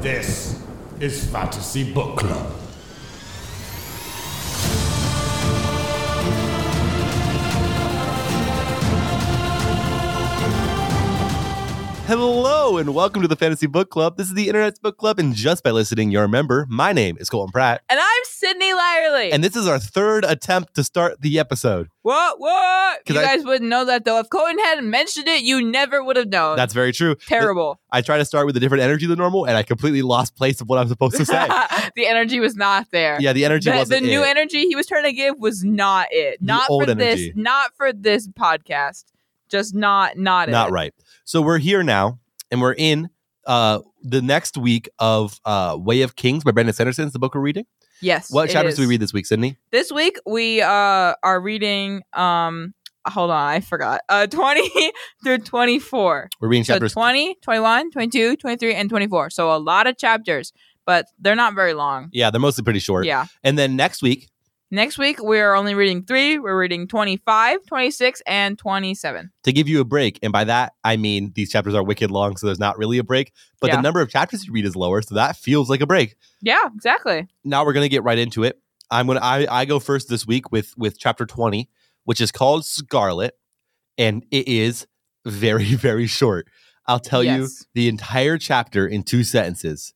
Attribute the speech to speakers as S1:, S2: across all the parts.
S1: This is Fantasy Book Club.
S2: Hello and welcome to the Fantasy Book Club. This is the Internet's Book Club, and just by listening, you're a member. My name is Colton Pratt,
S3: And I'm Sydney Lyerly.
S2: and this is our third attempt to start the episode.
S3: what? What?
S2: 'Cause
S3: You
S2: I-
S3: guys wouldn't know that though. If Cohen hadn't mentioned it, you never would have known.
S2: That's very true.
S3: terrible.
S2: I try to start with a different energy than normal, and I completely lost place of what I'm supposed to say.
S3: the energy was not there.
S2: yeah, the energy
S3: The, the
S2: wasn't
S3: new
S2: it.
S3: energy he was trying to give was not it.
S2: The
S3: Not
S2: old
S3: for
S2: energy.
S3: this. Not for this podcast. Just not. Not it.
S2: Not right. So we're here now, and we're in uh, the next week of uh, Way of Kings by Brandon Sanderson. Is the book we're reading.
S3: Yes.
S2: What
S3: it
S2: chapters do we
S3: is.
S2: read this week, Sydney?
S3: This week we uh are reading um. Hold on, I forgot. Uh, 20 through 24.
S2: We're reading
S3: So
S2: chapters.
S3: 20, 21, 22, 23, and 24. So a lot of chapters, but they're not very long.
S2: yeah, they're mostly pretty short.
S3: Yeah.
S2: And then next week,
S3: Next week, we're only reading three. We're reading 25, 26, and 27.
S2: to give you a break. And by that, I mean these chapters are wicked long, so there's not really a break, but
S3: Yeah.
S2: the number of chapters you read is lower, so that feels like a break.
S3: Yeah, exactly.
S2: Now we're going to get right into it. I'm going to I I go first this week with with chapter 20, which is called Scarlet, and it is very very short. I'll tell you
S3: Yes.
S2: the entire chapter in two sentences.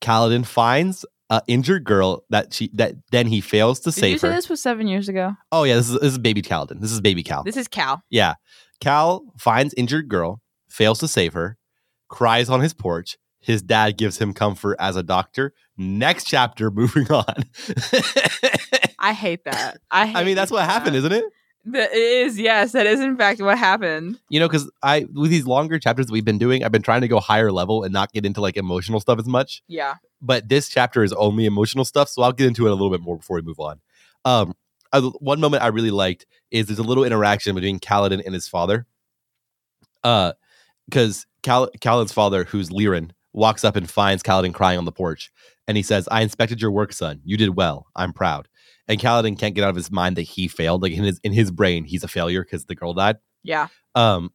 S2: Kaladin finds a injured girl that she that then he fails to
S3: Did you
S2: save
S3: say
S2: her.
S3: this was seven years ago?
S2: Oh yeah, this is this is baby Kaladin. This is baby Cal.
S3: This is Cal.
S2: Yeah. Cal finds injured girl, fails to save her, cries on his porch. His dad gives him comfort as a doctor. Next chapter, moving on.
S3: I hate that. I
S2: I mean, that's what happened, isn't it?
S3: That is, yes, that is in fact what happened.
S2: You know, because I with these longer chapters that we've been doing, I've been trying to go higher level and not get into like emotional stuff as much.
S3: Yeah.
S2: But this chapter is only emotional stuff, so I'll get into it a little bit more before we move on. Um, I- one moment I really liked is there's a little interaction between Kaladin and his father. Uh, because Cal- Kaladin's father, who's Liren, walks up and finds Kaladin crying on the porch, and he says, "I inspected your work, son. You did well. I'm proud." And Kaladin can't get out of his mind that he failed. Like in his in his brain, he's a failure because the girl died.
S3: Yeah.
S2: Um,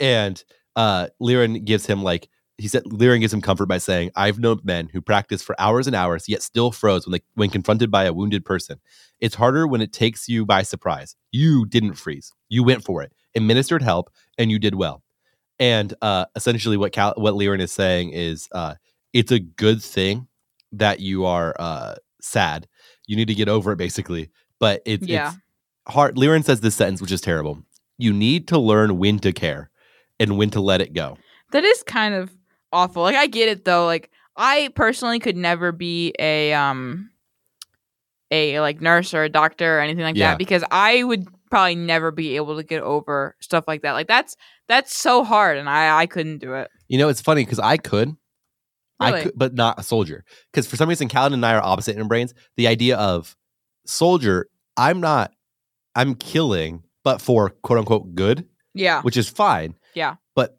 S2: and uh, Liren gives him like he said. Liren gives him comfort by saying, "I've known men who practice for hours and hours, yet still froze when they when confronted by a wounded person. It's harder when it takes you by surprise. You didn't freeze. You went for it, administered help, and you did well." And uh, essentially, what Cal- what Liren is saying is, uh, it's a good thing that you are uh, sad. You need to get over it, basically. But it,
S3: Yeah.
S2: it's hard. Liren says this sentence, which is terrible you need to learn when to care and when to let it go.
S3: That is kind of awful. Like I get it though. Like I personally could never be a um a like nurse or a doctor or anything like
S2: Yeah.
S3: that because I would probably never be able to get over stuff like that. Like that's that's so hard and I I couldn't do it.
S2: You know, it's funny because I could, I
S3: Really?
S2: could, but not a soldier. Because for some reason, Callan and I are opposite in brains. The idea of soldier, I'm not, I'm killing, but for quote unquote good,
S3: Yeah.
S2: which is fine.
S3: Yeah.
S2: But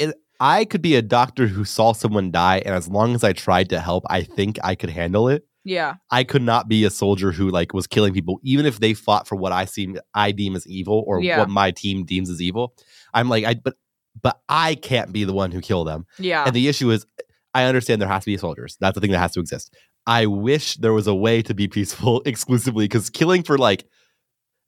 S2: it, I could be a doctor who saw someone die, and as long as I tried to help, I think I could handle it.
S3: Yeah.
S2: I could not be a soldier who like was killing people, even if they fought for what I seem I deem as evil or
S3: Yeah.
S2: what my team deems as evil. I'm like, I but but I can't be the one who kill them.
S3: Yeah.
S2: And the issue is, I understand there has to be soldiers. That's the thing that has to exist. I wish there was a way to be peaceful exclusively because killing for like,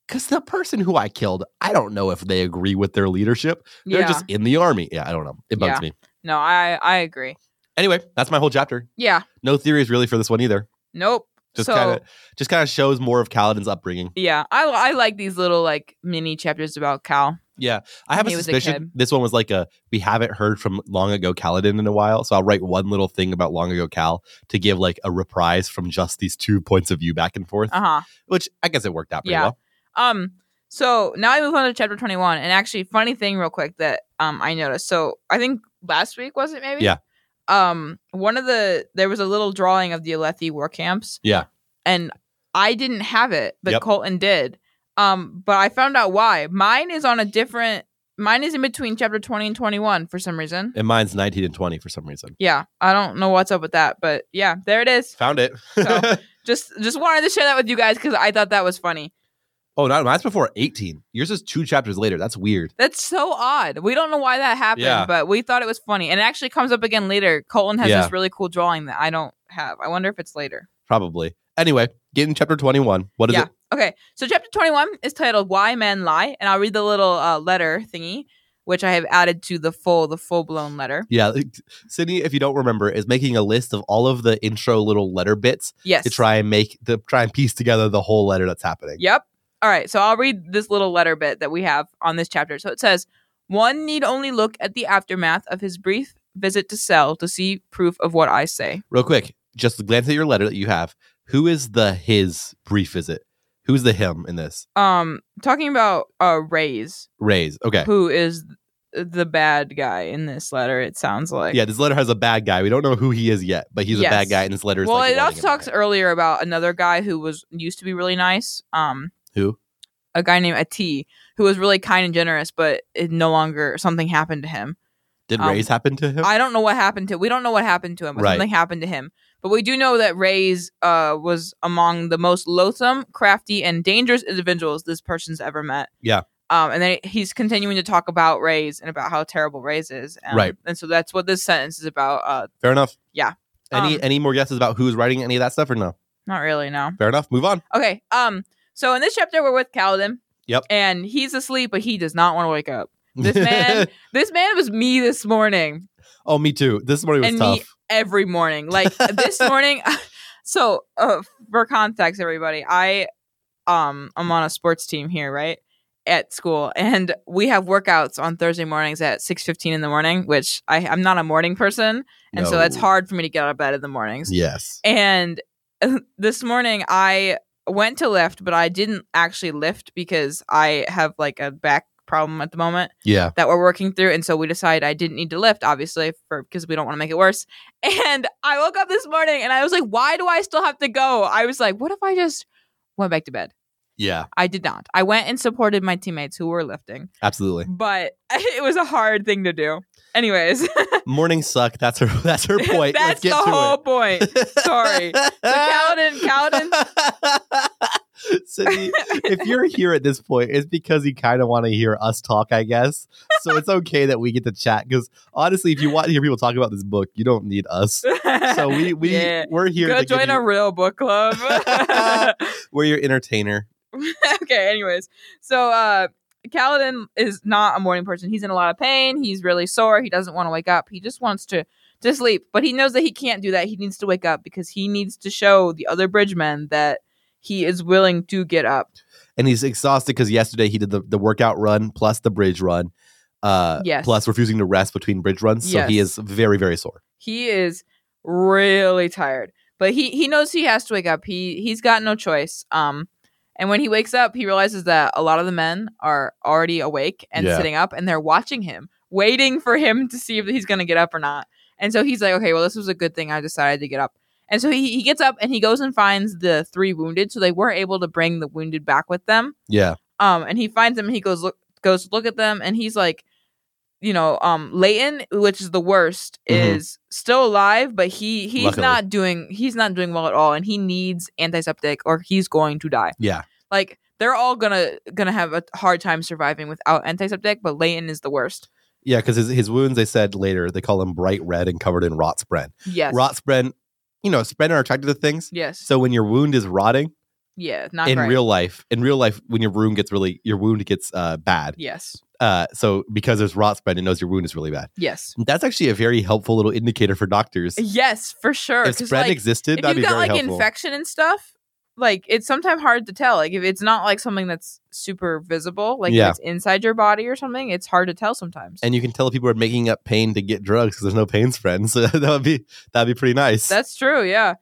S2: because the person who I killed, I don't know if they agree with their leadership. They're
S3: yeah.
S2: just in the army. Yeah, I don't know. It bugs
S3: Yeah.
S2: me.
S3: no, I I agree.
S2: Anyway, that's my whole chapter.
S3: Yeah.
S2: No theories really for this one either.
S3: Nope.
S2: Just
S3: so
S2: kind of just kind of shows more of Kaladin's upbringing.
S3: yeah, I I like these little like mini chapters about Cal.
S2: Yeah, I have a
S3: He was a
S2: suspicion
S3: kid.
S2: this one was like a we haven't heard from long ago Kaladin in a while, so I'll write one little thing about long ago Cal to give like a reprise from just these two points of view back and forth,
S3: Uh huh.
S2: which I guess it worked out pretty
S3: Yeah.
S2: well.
S3: Um, so now I move on to chapter 21. And actually, funny thing, real quick, that um I noticed. So I think last week was it maybe?
S2: Yeah.
S3: Um, one of the there was a little drawing of the Alethi war camps.
S2: Yeah.
S3: And I didn't have it, but
S2: Yep.
S3: Colton did. Um, but I found out why. Mine is on a different mine is in between chapter 20 and 21 for some reason.
S2: And mine's nineteen and twenty for some reason.
S3: Yeah. I don't know what's up with that, but yeah, there it is.
S2: Found it.
S3: So- Just just wanted to share that with you guys because I thought that was funny.
S2: Oh, no, mine's before 18. Yours is two chapters later. That's weird.
S3: That's so odd. We don't know why that happened,
S2: Yeah.
S3: but we thought it was funny. And it actually comes up again later. Colton has
S2: Yeah.
S3: this really cool drawing that I don't have. I wonder if it's later.
S2: Probably. Anyway, get in chapter 21. What is
S3: yeah.
S2: it?
S3: Okay. So chapter 21 is titled Why Men Lie, and I'll read the little uh, letter thingy which I have added to the full the full-blown letter.
S2: Yeah. like, Sydney, if you don't remember, is making a list of all of the intro little letter bits
S3: Yes.
S2: to try and make to try and piece together the whole letter that's happening.
S3: Yep. All right. So I'll read this little letter bit that we have on this chapter. So it says, One need only look at the aftermath of his brief visit to Cell to see proof of what I say.
S2: Real quick, just glance at your letter that you have. Who is the his brief visit? Who's the him in this?
S3: Um, talking about uh Ray's,
S2: Rays. Okay.
S3: who is the bad guy in this letter, it sounds like.
S2: yeah, this letter has a bad guy. We don't know who he is yet, but he's a
S3: Yes.
S2: bad guy, and this letter is
S3: Well,
S2: like
S3: it also
S2: warning him
S3: talks earlier about another guy who was used to be really nice. Um,
S2: Who?
S3: A guy named Ati, who was really kind and generous, but it no longer something happened to him.
S2: Did
S3: um,
S2: Rays happen to him?
S3: I don't know what happened to. We don't know what happened to him, but
S2: Right.
S3: something happened to him. But we do know that Ray's uh, was among the most loathsome, crafty, and dangerous individuals this person's ever met.
S2: Yeah.
S3: Um, and then he's continuing to talk about Ray's and about how terrible Ray's is. Um,
S2: Right.
S3: And so that's what this sentence is about. Uh,
S2: Fair enough.
S3: Yeah.
S2: Any
S3: Um,
S2: any more guesses about who's writing any of that stuff or no?
S3: not really, no.
S2: Fair enough. Move on.
S3: Okay. Um. So in this chapter, we're with Kaladin.
S2: Yep.
S3: And he's asleep, but he does not want to wake up. This man- This man was me this morning,
S2: oh, me too. This morning was
S3: And
S2: tough.
S3: me- every morning. Like this morning. So uh, for context, everybody, I um I'm on a sports team here, right? At school, and we have workouts on Thursday mornings at six fifteen in the morning, which I I'm not a morning person, and so
S2: No.
S3: that's hard for me to get out of bed in the mornings.
S2: Yes.
S3: And this morning I went to lift, but I didn't actually lift because I have like a back problem at the moment
S2: Yeah.
S3: that we're working through. And so we decided I didn't need to lift, obviously, for because we don't want to make it worse. And I woke up this morning and I was like, why do I still have to go? I was like, what if I just went back to bed?
S2: Yeah.
S3: I did not. I went and supported my teammates who were lifting,
S2: Absolutely.
S3: but it was a hard thing to do. Anyways,
S2: Mornings suck. That's her. That's her point. Let's
S3: that's
S2: get
S3: the
S2: to
S3: whole
S2: it.
S3: point. Sorry. So Kaladin, Kaladin
S2: Sydney, if you're here at this point, it's because you kind of want to hear us talk, I guess. So it's okay that we get to chat because honestly, if you want to hear people talk about this book, you don't need us. So we we
S3: Yeah.
S2: we're here
S3: go
S2: to give
S3: join
S2: you-
S3: a real book club.
S2: we're your entertainer.
S3: okay, anyways. So uh Kaladin is not a morning person. He's in a lot of pain. He's really sore. He doesn't want to wake up. He just wants to to sleep, but he knows that he can't do that. He needs to wake up because he needs to show the other bridgemen that he is willing to get up.
S2: and he's exhausted because yesterday he did the, the workout run plus the bridge run uh
S3: Yes.
S2: plus refusing to rest between bridge runs so he
S3: Yes.
S2: is very very sore
S3: He is really tired, but he he knows he has to wake up. He he's got no choice. Um, and when he wakes up, he realizes that a lot of the men are already awake and
S2: Yeah.
S3: sitting up, and they're watching him, waiting for him to see if he's gonna get up or not. And so he's like, okay, well, this was a good thing. I decided to get up. And so he, he gets up and he goes and finds the three wounded. So they were able to bring the wounded back with them
S2: yeah
S3: um and he finds them and he goes look goes look at them and he's like you know um Leighton which is the worst
S2: Mhm.
S3: is still alive but he he's
S2: Luckily.
S3: not doing he's not doing well at all and he needs antiseptic or he's going to die
S2: yeah
S3: like they're all gonna gonna have a hard time surviving without antiseptic but Leighton is the worst
S2: yeah because his, his wounds they said later they call him bright red and covered in rot spren
S3: yes
S2: rot spren you know spren are attracted to things
S3: yes
S2: so when your wound is rotting
S3: yeah not
S2: in
S3: great.
S2: real life in real life when your wound gets really your wound gets uh bad
S3: yes
S2: uh so because there's rot spren it knows your wound is really bad
S3: yes
S2: that's actually a very helpful little indicator for doctors
S3: yes for sure
S2: if
S3: 'cause,
S2: spren
S3: like,
S2: existed
S3: if
S2: that'd be
S3: you've got
S2: very
S3: like
S2: helpful
S3: infection and stuff, like it's sometimes hard to tell. Like if it's not like something that's super visible, like if
S2: Yeah.
S3: it's inside your body or something, it's hard to tell sometimes.
S2: and you can tell people are making up pain to get drugs because there's no pain spread. So that would be that'd be pretty nice.
S3: That's true, yeah.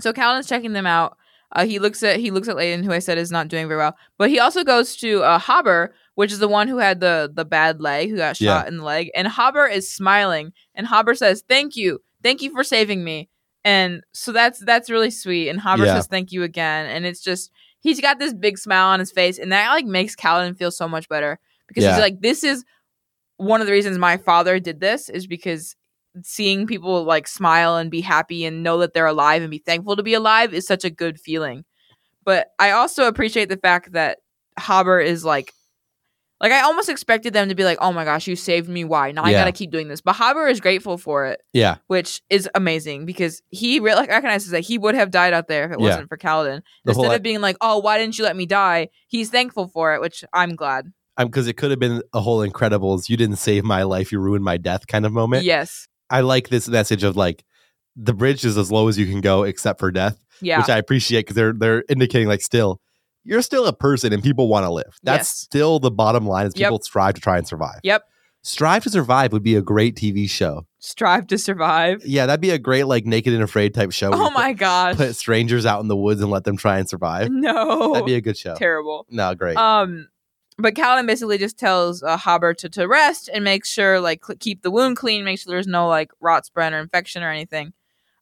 S3: So Callan's checking them out. Uh, he looks at he looks at Layden, who I said is not doing very well, but he also goes to uh, Hobber, which is the one who had the the bad leg, who got shot in the leg, and Hobber is smiling, and Hobber says, "Thank you, thank you for saving me," and so that's that's really sweet, and Hobber
S2: Yeah.
S3: says, "Thank you again," and it's just he's got this big smile on his face, and that like makes Callan feel so much better because
S2: Yeah.
S3: he's like, "This is one of the reasons my father did this is because seeing people like smile and be happy and know that they're alive and be thankful to be alive is such a good feeling. But I also appreciate the fact that Hobber is like, like I almost expected them to be like, oh my gosh, you saved me. Why? Now I
S2: Yeah.
S3: gotta keep doing this. But Hobber is grateful for it,
S2: Yeah.
S3: which is amazing because he re- like recognizes that he would have died out there if it
S2: Yeah.
S3: wasn't for Kaladin.
S2: The
S3: Instead
S2: whole-
S3: of being like, oh, why didn't you let me die? He's thankful for it, which I'm glad.
S2: because um, it could have been a whole Incredibles, you didn't save my life, you ruined my death kind of moment.
S3: Yes.
S2: I like this message of like the bridge is as low as you can go except for death,
S3: Yeah.
S2: which I appreciate because they're they're indicating like still you're still a person and people want to live. That's
S3: Yes.
S2: still the bottom line is
S3: Yep.
S2: people strive to try and survive.
S3: Yep.
S2: Strive to Survive would be a great TV show.
S3: Strive to survive.
S2: Yeah, that'd be a great like Naked and Afraid type show. where you
S3: Oh
S2: put-
S3: my gosh.
S2: Put strangers out in the woods and let them try and survive.
S3: No.
S2: That'd be a good show.
S3: terrible.
S2: No, great.
S3: Um, but Callan basically just tells uh, Hobber to, to rest and make sure, like, cl- keep the wound clean, make sure there's no like rot spread or infection or anything.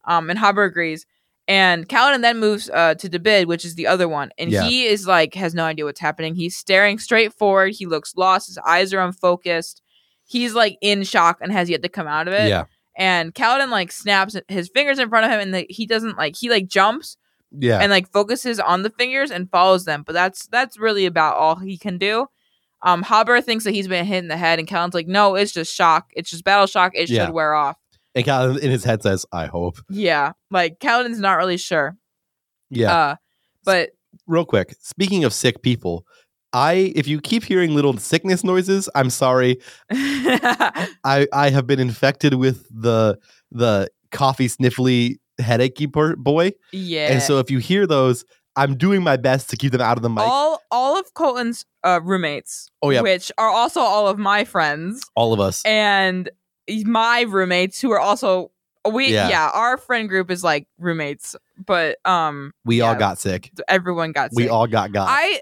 S3: Um, and Hobber agrees. And Kaladin then moves uh, to Debid, which is the other one, and
S2: Yeah.
S3: he is like has no idea what's happening. He's staring straight forward. He looks lost. His eyes are unfocused. He's like in shock and has yet to come out of it.
S2: yeah.
S3: And Kaladin like snaps his fingers in front of him, and the, he doesn't like he like jumps,
S2: Yeah.
S3: and like focuses on the fingers and follows them. But that's that's really about all he can do. Um, Haber thinks that he's been hit in the head, and Callan's like, "No, it's just shock. It's just battle shock. It
S2: Yeah.
S3: should wear off."
S2: and Colin in his head says, I hope.
S3: Yeah, like Callan's not really sure.
S2: Yeah.
S3: Uh, but
S2: Real quick, speaking of sick people, I if you keep hearing little sickness noises, I'm sorry. I I have been infected with the the coffee sniffly headachy por- boy,
S3: yeah,
S2: and so if you hear those, I'm doing my best to keep them out of the mic. All,
S3: all all of Colton's uh, roommates,
S2: Oh, yeah.
S3: which are also all of my friends
S2: of us.
S3: and my roommates who are also we
S2: Yeah.
S3: yeah our friend group is like roommates, but um
S2: we all
S3: yeah.
S2: got sick.
S3: everyone got
S2: We
S3: sick.
S2: all got got.
S3: I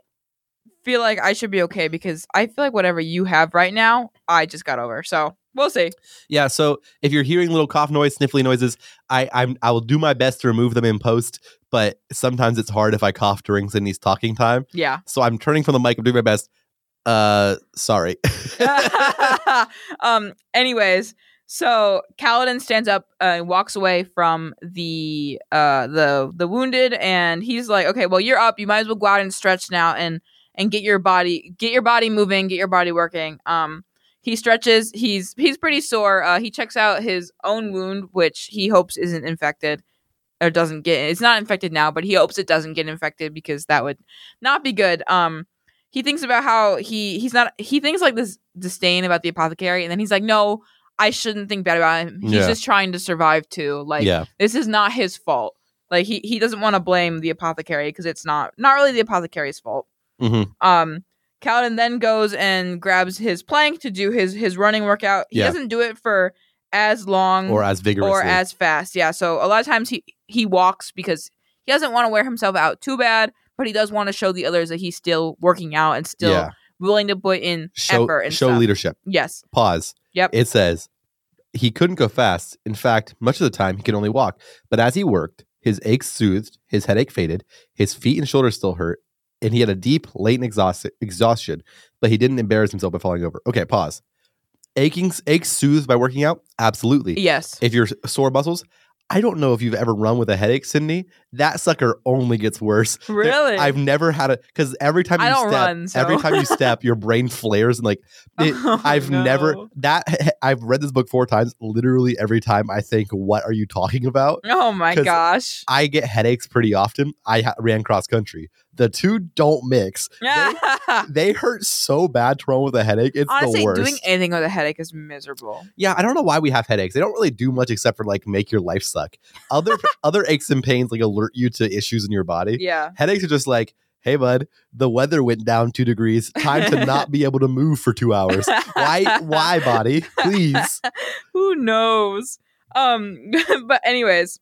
S3: feel like I should be okay because I feel like whatever you have right now, I just got over. So we'll see.
S2: yeah. So if you're hearing little cough noise, sniffly noises, I I'm I will do my best to remove them in post. But sometimes it's hard if I cough during Sydney's talking time.
S3: Yeah.
S2: So I'm turning from the mic. I'm doing my best. Uh, sorry.
S3: um. Anyways, so Kaladin stands up uh, and walks away from the uh the the wounded, and he's like, "Okay, well you're up. You might as well go out and stretch now and and get your body get your body moving, get your body working." Um. He stretches. He's he's pretty sore. Uh, he checks out his own wound, which he hopes isn't infected or doesn't get. It's not infected now, but he hopes it doesn't get infected because that would not be good. Um, he thinks about how he he's not he thinks like this disdain about the apothecary and then he's like no i shouldn't think bad about him he's
S2: Yeah.
S3: just trying to survive too like
S2: yeah.
S3: this is not his fault like he, he doesn't want to blame the apothecary because it's not not really the apothecary's fault
S2: hmm
S3: um Kaladin then goes and grabs his plank to do his his running workout he
S2: Yeah.
S3: doesn't do it for as long
S2: Or as vigorously.
S3: Mm-hmm. or as fast. Yeah. So a lot of times he he walks because he doesn't want to wear himself out too bad, but he does want to show the others that he's still working out and still
S2: Yeah.
S3: willing to put in
S2: show
S3: effort and
S2: show
S3: stuff.
S2: leadership.
S3: Yes.
S2: Pause.
S3: Yep.
S2: It says he couldn't go fast. In fact, much of the time he could only walk. But as he worked, his aches soothed, his headache faded, his feet and shoulders still hurt, and he had a deep, latent exhaust- exhaustion. But he didn't embarrass himself by falling over. Okay, pause. Aching aches soothed by working out. Absolutely.
S3: Yes.
S2: If you're sore muscles, I don't know if you've ever run with a headache, Sydney. That sucker only gets worse. There-
S3: Really?
S2: I've never had a because every time
S3: I
S2: you
S3: don't
S2: step,
S3: run, so.
S2: every time you step, your brain flares and like it-
S3: Oh,
S2: I've never
S3: no.
S2: that I've read this book four times. Literally every time I think, "What are you talking about?"
S3: Oh my
S2: 'cause
S3: gosh.
S2: I get headaches pretty often. I ha- ran cross country. The two don't mix. They hurt so bad to run with a headache. It's
S3: Honestly,
S2: the worst.
S3: doing anything with a headache is miserable.
S2: yeah, I don't know why we have headaches. They don't really do much except for like make your life suck. Other other aches and pains like alert you to issues in your body.
S3: Yeah.
S2: Headaches are just like, hey, bud, the weather went down two degrees. Time to not be able to move for two hours. Why, why, body? Please.
S3: Who knows? Um, but anyways,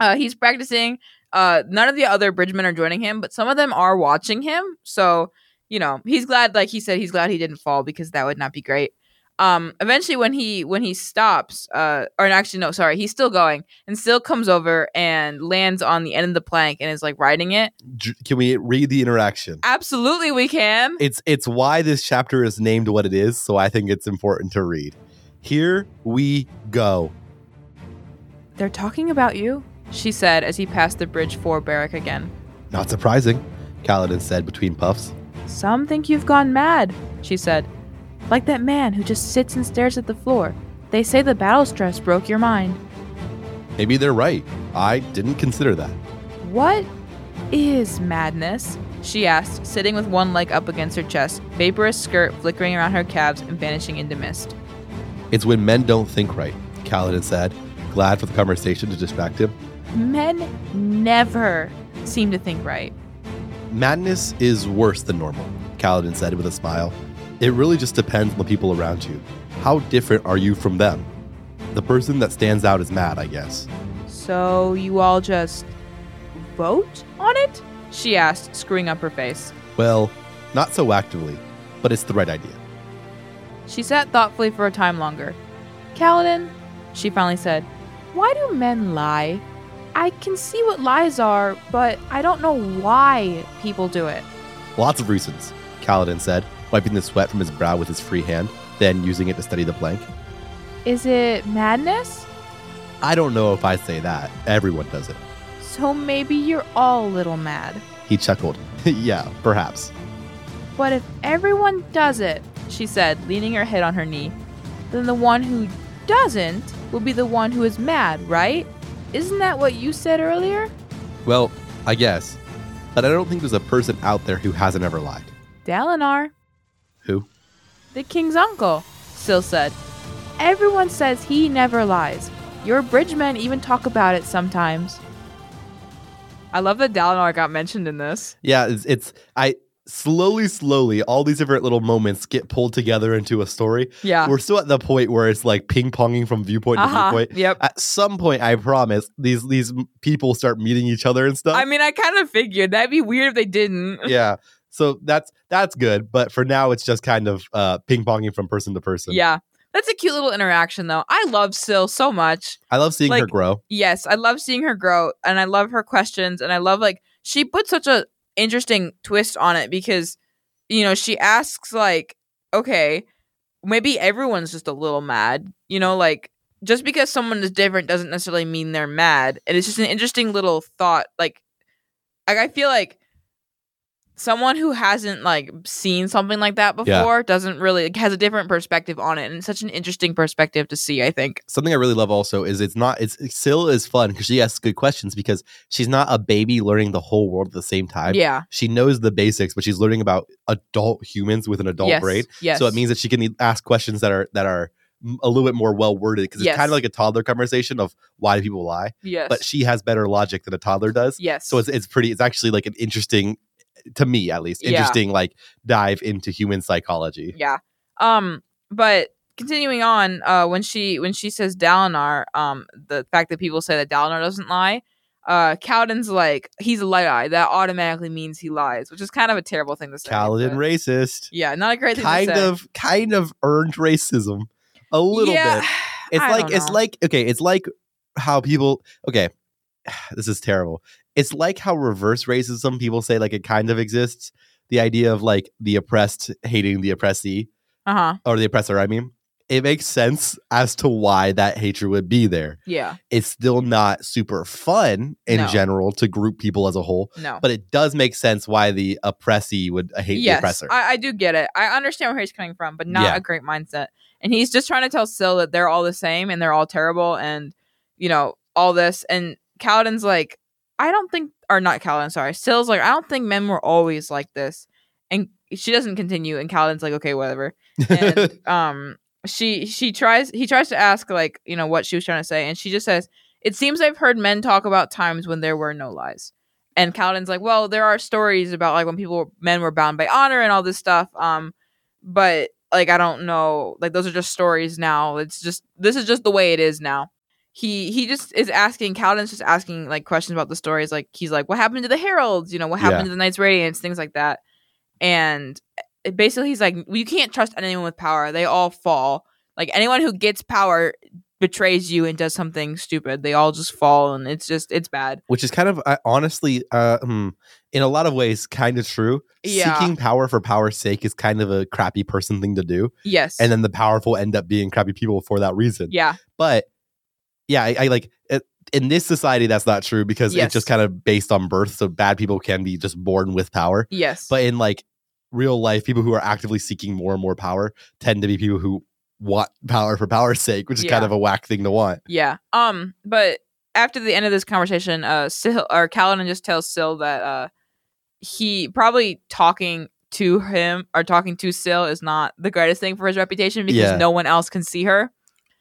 S3: uh, he's practicing. Uh, none of the other bridgemen are joining him, but some of them are watching him. So you know he's glad. Like he said, he's glad he didn't fall because that would not be great. Um, eventually, when he when he stops, uh, or actually no, sorry, he's still going and still comes over and lands on the end of the plank and is like riding it.
S2: J- Can we read the interaction?
S3: Absolutely, we can.
S2: It's it's why this chapter is named what it is, so I think it's important to read. Here we go.
S3: They're talking about you, she said as he passed the bridge for Barrack again.
S2: Not surprising, Kaladin said between puffs.
S3: Some think you've gone mad, she said. Like that man who just sits and stares at the floor. They say the battle stress broke your mind.
S2: Maybe they're right. I didn't consider that.
S3: What is madness? She asked, sitting with one leg up against her chest, vaporous skirt flickering around her calves and vanishing into mist.
S2: It's when men don't think right, Kaladin said, glad for the conversation to distract him.
S3: Men never seem to think right.
S2: Madness is worse than normal, Kaladin said with a smile. It really just depends on the people around you. How different are you from them? The person that stands out is mad, I guess.
S3: So you all just vote on it? She asked, screwing up her face.
S2: Well, not so actively, but it's the right idea.
S3: She sat thoughtfully for a time longer. Kaladin, she finally said, why do men lie? I can see what lies are, but I don't know why people do it.
S2: Lots of reasons, Kaladin said, wiping the sweat from his brow with his free hand, then using it to study the blank.
S3: Is it madness?
S2: I don't know if I say that. Everyone does it.
S3: So maybe you're all a little mad.
S2: He chuckled. yeah, perhaps.
S3: But if everyone does it, she said, leaning her head on her knee, then the one who doesn't will be the one who is mad, right? Isn't that what you said earlier?
S2: Well, I guess. But I don't think there's a person out there who hasn't ever lied.
S3: Dalinar,
S2: Who?
S3: the king's uncle, still said. Everyone says he never lies. Your bridgemen even talk about it sometimes. I love that Dalinar got mentioned in this.
S2: Yeah, it's, it's I slowly, slowly, all these different little moments get pulled together into a story.
S3: Yeah.
S2: We're still at the point where it's like ping ponging from viewpoint
S3: Uh-huh.
S2: to viewpoint.
S3: Yep.
S2: At some point, I promise these these m- people start meeting each other and stuff.
S3: I mean, I kind of figured that'd be weird if they didn't.
S2: yeah. So that's that's good, but for now it's just kind of uh, ping ponging from person to person.
S3: Yeah. That's a cute little interaction, though. I love Syl so much.
S2: I love seeing her
S3: Like-
S2: grow.
S3: Yes, I love seeing her grow, and I love her questions, and I love like she put such a interesting twist on it because, you know, she asks like, okay, maybe everyone's just a little mad, you know, like just because someone is different doesn't necessarily mean they're mad, and it's just an interesting little thought. Like, like I feel like someone who hasn't like seen something like that
S2: Yeah.
S3: before doesn't really like, has a different perspective on it, and it's such an interesting perspective to see. I think.
S2: something I really love also is it's not it's Syl is fun because she asks good questions because she's not a baby learning the whole world at the same time.
S3: yeah.
S2: She knows the basics, but she's learning about adult humans with an adult
S3: yes,
S2: brain.
S3: Yes.
S2: So it means that she can e, ask questions that are that are m- a little bit more well worded because it's
S3: Yes.
S2: kind of like a toddler conversation of why do people lie,
S3: Yes.
S2: but she has better logic than a toddler does.
S3: yes.
S2: So it's it's pretty it's actually like an interesting to me at least
S3: Yeah.
S2: interesting like dive into human psychology.
S3: yeah. Um. But continuing on, uh, when she when she says Dalinar, um, the fact that people say that Dalinar doesn't lie, uh, Cowden's like he's a light eye. That automatically means he lies, which is kind of a terrible thing to say.
S2: Kaladin
S3: but-
S2: racist.
S3: Yeah, not a great thing
S2: Kind
S3: to say.
S2: of kind of earned racism. A little
S3: yeah,
S2: bit. It's
S3: I
S2: like
S3: don't
S2: it's
S3: know.
S2: like okay, it's like how people okay, this is terrible. It's like how reverse racism people say like it kind of exists. The idea of like the oppressed hating the oppressee
S3: Uh huh.
S2: or the oppressor, I mean, it makes sense as to why that hatred would be there.
S3: Yeah.
S2: It's still not super fun in
S3: No.
S2: general to group people as a whole,
S3: No.
S2: but it does make sense why the oppressee would uh, hate the
S3: yes,
S2: oppressor.
S3: I, I do get it. I understand where he's coming from, but not
S2: Yeah.
S3: a great mindset. And he's just trying to tell Syl that they're all the same and they're all terrible and you know all this. And Kaladin's like, I don't think, or not Kaladin, sorry. Syl's like, I don't think men were always like this. And she doesn't continue. And Kaladin's like, okay, whatever. And um, she she tries he tries to ask like you know what she was trying to say, and she just says, "It seems I've heard men talk about times when there were no lies." And Cowden's like, well, there are stories about like when people men were bound by honor and all this stuff. Um, but like I don't know, like those are just stories now. It's just this is just the way it is now. He he just is asking Cowden's just asking like questions about the stories. Like he's like, what happened to the heralds? You know, what happened
S2: Yeah.
S3: to the Knights Radiance? Things like that. And it- basically, he's like, well, you can't trust anyone with power. They all fall. Like anyone who gets power betrays you and does something stupid. They all just fall, and it's just it's bad.
S2: which is kind of uh, honestly uh, hmm, in a lot of ways kind of true
S3: Yeah.
S2: seeking power for power's sake is kind of a crappy person thing to do
S3: Yes.
S2: and then the powerful end up being crappy people for that reason
S3: yeah.
S2: but yeah i, I like it, in this society that's not true because
S3: Yes.
S2: it's just kind of based on birth so bad people can be just born with power
S3: Yes.
S2: but in like real life, people who are actively seeking more and more power tend to be people who want power for power's sake, which is kind
S3: Yeah.
S2: of a whack thing to want.
S3: Yeah. Um. But after the end of this conversation, uh, Sil or Kaladin just tells Sil that uh, he probably talking to him or talking to Sil is not the greatest thing for his reputation because
S2: Yeah.
S3: no one else can see her.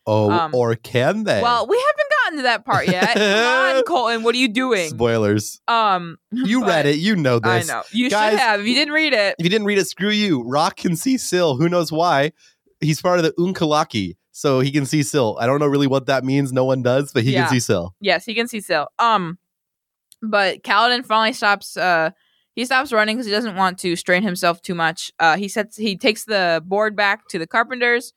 S2: Oh,
S3: Um,
S2: or can they?
S3: Well, we haven't gotten to that part yet. Come on, Colton. What are you doing?
S2: spoilers.
S3: Um.
S2: You
S3: but-
S2: read it. You know
S3: I
S2: this.
S3: know. You
S2: Guys-
S3: should have. If you didn't read it.
S2: If you didn't read it, screw you. Rock can see Sil. Who knows why? He's part of the Unkalaki, so he can see Sil. I don't know really what that means. No one does, but he
S3: Yeah.
S2: can see Sil.
S3: Yes, he can see Sil. Um, but Kaladin finally stops. Uh, he stops running because he doesn't want to strain himself too much. Uh, he sets. He takes the board back to the carpenters,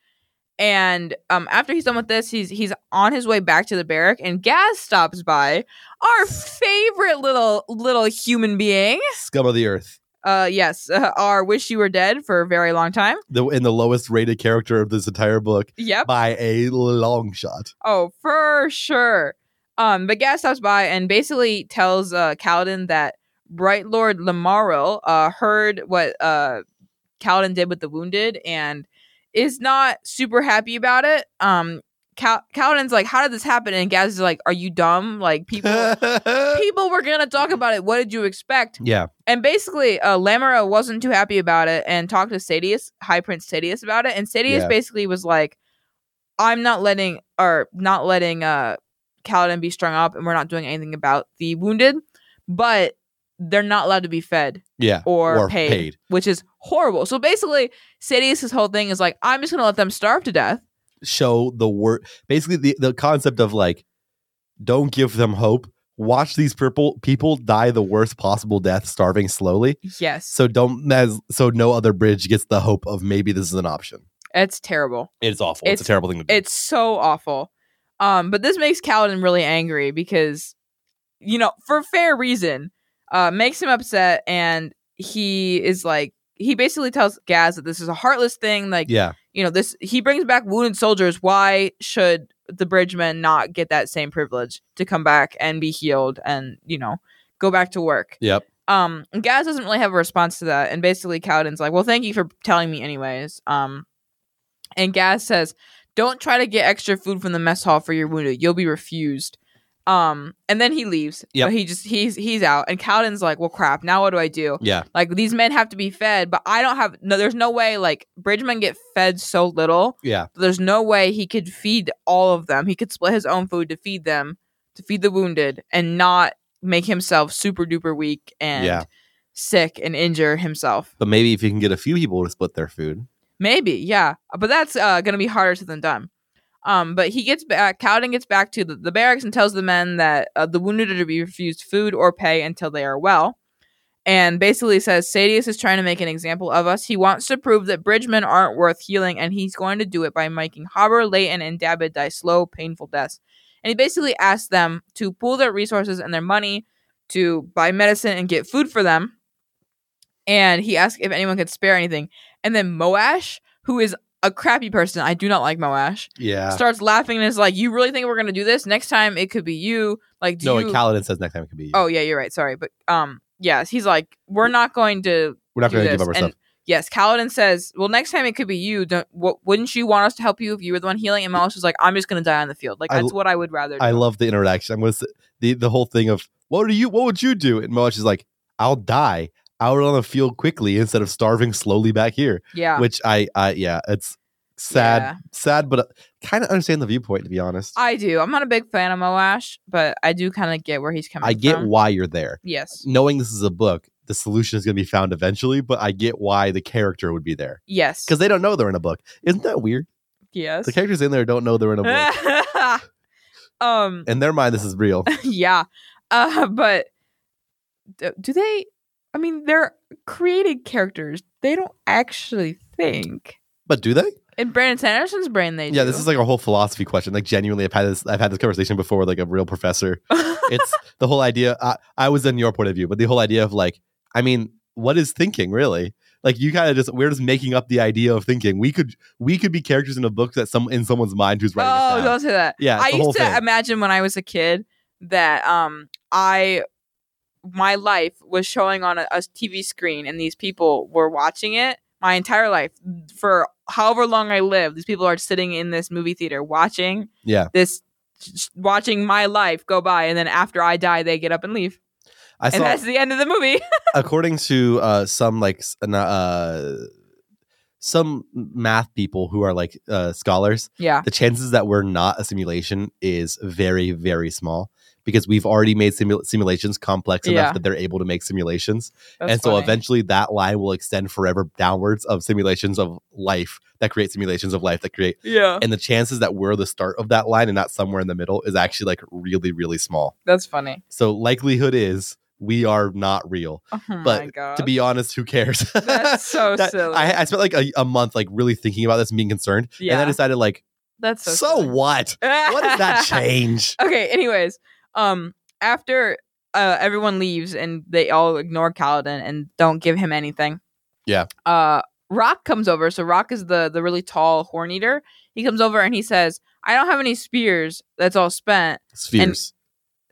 S3: and um, after he's done with this, he's he's on his way back to the barrack, and Gaz stops by, our favorite little little human being.
S2: Scum of the earth.
S3: Uh, yes, uh, our wish you were dead for a very long time.
S2: The, and the lowest rated character of this entire book
S3: Yep.
S2: by a long shot.
S3: Oh, for sure. Um, but Gaz stops by and basically tells uh Kaladin that Bright Lord Lamarel uh heard what uh Kaladin did with the wounded and is not super happy about it. Um Cal- Kaladin's like, How did this happen? And Gaz is like, Are you dumb? Like people people were gonna talk about it. What did you expect?
S2: yeah.
S3: And basically, uh, Lamera wasn't too happy about it and talked to Sadius, High Prince Sadius, about it. And Sadius
S2: Yeah.
S3: basically was like, "I'm not letting or not letting uh Kaladin be strung up, and we're not doing anything about the wounded, but they're not allowed to be fed
S2: Yeah.
S3: or,
S2: Or
S3: paid,
S2: paid.
S3: which is horrible." So basically, Sadius's whole thing is like, "I'm just gonna let them starve to death."
S2: show the word basically the, the concept of like don't give them hope watch these purple people die the worst possible death starving slowly
S3: Yes,
S2: so don't as so no other bridge gets the hope of maybe this is an option
S3: it's terrible.
S2: it's awful it's, a
S3: It's-
S2: terrible thing to do
S3: It's so awful. Um, but this makes Kaladin really angry because, you know, for fair reason, uh, makes him upset, and he is like, he basically tells Gaz that this is a heartless thing. Like,
S2: yeah
S3: you know, this he brings back wounded soldiers. Why should the bridgemen not get that same privilege to come back and be healed and you know go back to work?
S2: yep
S3: Um, and Gaz doesn't really have a response to that, and basically Kaladin's like, "Well, thank you for telling me, anyways." Um, and Gaz says, "Don't try to get extra food from the mess hall for your wounded; you'll be refused." Um, and then he leaves.
S2: Yep.
S3: But he just he's he's out, and Kaladin's like, "Well, crap. Now what do I do?
S2: yeah
S3: Like these men have to be fed, but I don't have no. There's no way. Like bridgemen get fed so little.
S2: yeah
S3: There's no way he could feed all of them. He could split his own food to feed them, to feed the wounded, and not make himself super duper weak and
S2: Yeah.
S3: sick and injure himself.
S2: but maybe if you can get a few people to split their food
S3: Maybe, yeah. But that's uh, going to be harder said than done. Um, but he gets back, Cowden gets back to the, the barracks and tells the men that uh, the wounded are to be refused food or pay until they are well. And basically says Sadius is trying to make an example of us. He wants to prove that bridgemen aren't worth healing, and he's going to do it by making Harbor, Leighton, and Dabid die slow, painful deaths. And he basically asks them to pool their resources and their money to buy medicine and get food for them. And he asked if anyone could spare anything. And then Moash, who is a crappy person, I do not like Moash,
S2: yeah
S3: starts laughing and is like, "You really think we're gonna do this? Next time it could be you." Like, do
S2: no
S3: you?
S2: and Kaladin says next time it can be you.
S3: oh yeah, you're right. Sorry, but um, yes, he's like, "We're not going to
S2: we're not
S3: do
S2: going to
S3: this."
S2: give up our
S3: and
S2: stuff
S3: yes, Kaladin says, "Well, next time it could be you. Don't w- wouldn't you want us to help you if you were the one healing?" And Moash is like, "I'm just gonna die on the field. Like
S2: I
S3: that's
S2: l-
S3: what I would rather."
S2: i
S3: do."
S2: love the interaction i'm going to the the whole thing of what do you what would you do and Moash is like i'll die out on the field quickly instead of starving slowly back here
S3: yeah.
S2: which I, I yeah, it's sad,
S3: Yeah.
S2: sad, but kind of understand the viewpoint to be honest. I,
S3: I do. I'm not a big fan of Moash, but I do kind of get where he's coming
S2: get
S3: from.
S2: why you're there.
S3: yes.
S2: Knowing this is a book, the solution is going to be found eventually, but I get why the character would be there
S3: Yes.
S2: because they don't know they're in a book. Isn't that weird?
S3: Yes.
S2: The characters in there don't know they're in a book.
S3: um.
S2: in their mind, this is real.
S3: yeah. Uh, but d- do they? I mean, they're created characters. They don't actually think.
S2: But do they?
S3: In Brandon Sanderson's brain, they
S2: Yeah,
S3: do.
S2: this is like a whole philosophy question. Like genuinely, I've had this. I've had this conversation before with like a real professor. it's the whole idea I, I was in your point of view but the whole idea of like i mean what is thinking really like you kind of just we're just making up the idea of thinking we could we could be characters in a book that some in someone's mind who's writing
S3: oh,
S2: it down.
S3: don't say that.
S2: yeah it's
S3: I um,
S2: the whole
S3: used to
S2: thing.
S3: imagine when I was a kid that um I my life was showing on a, a TV screen and these people were watching it my entire life for however long I live. These people are sitting in this movie theater watching
S2: Yeah.
S3: this, watching my life go by, and then after I die, they get up and leave,
S2: I
S3: and
S2: saw,
S3: that's the end of the movie.
S2: according to uh, some like s- an- uh, some math people who are like uh, scholars,
S3: yeah,
S2: the chances that we're not a simulation is very very small because we've already made simul- simulations complex enough
S3: Yeah.
S2: that they're able to make simulations,
S3: that's
S2: and so
S3: funny.
S2: eventually that line will extend forever downwards of simulations of life that create simulations of life that create
S3: yeah,
S2: and the chances that we're the start of that line and not somewhere in the middle is actually like really really small
S3: that's funny.
S2: so likelihood is we are not real
S3: Oh my
S2: But
S3: god,
S2: to be honest who cares
S3: that's so
S2: That-
S3: silly.
S2: I, I spent like a, a month like really thinking about this and being concerned and
S3: Yeah.
S2: then decided like
S3: that's
S2: so,
S3: so. silly.
S2: what what does that change
S3: okay. Anyways, um, after uh, everyone leaves and they all ignore Kaladin and don't give him anything.
S2: Yeah.
S3: Uh, Rock comes over. So Rock is the the really tall horn eater. He comes over and he says, "I don't have any spears. That's all spent.
S2: spheres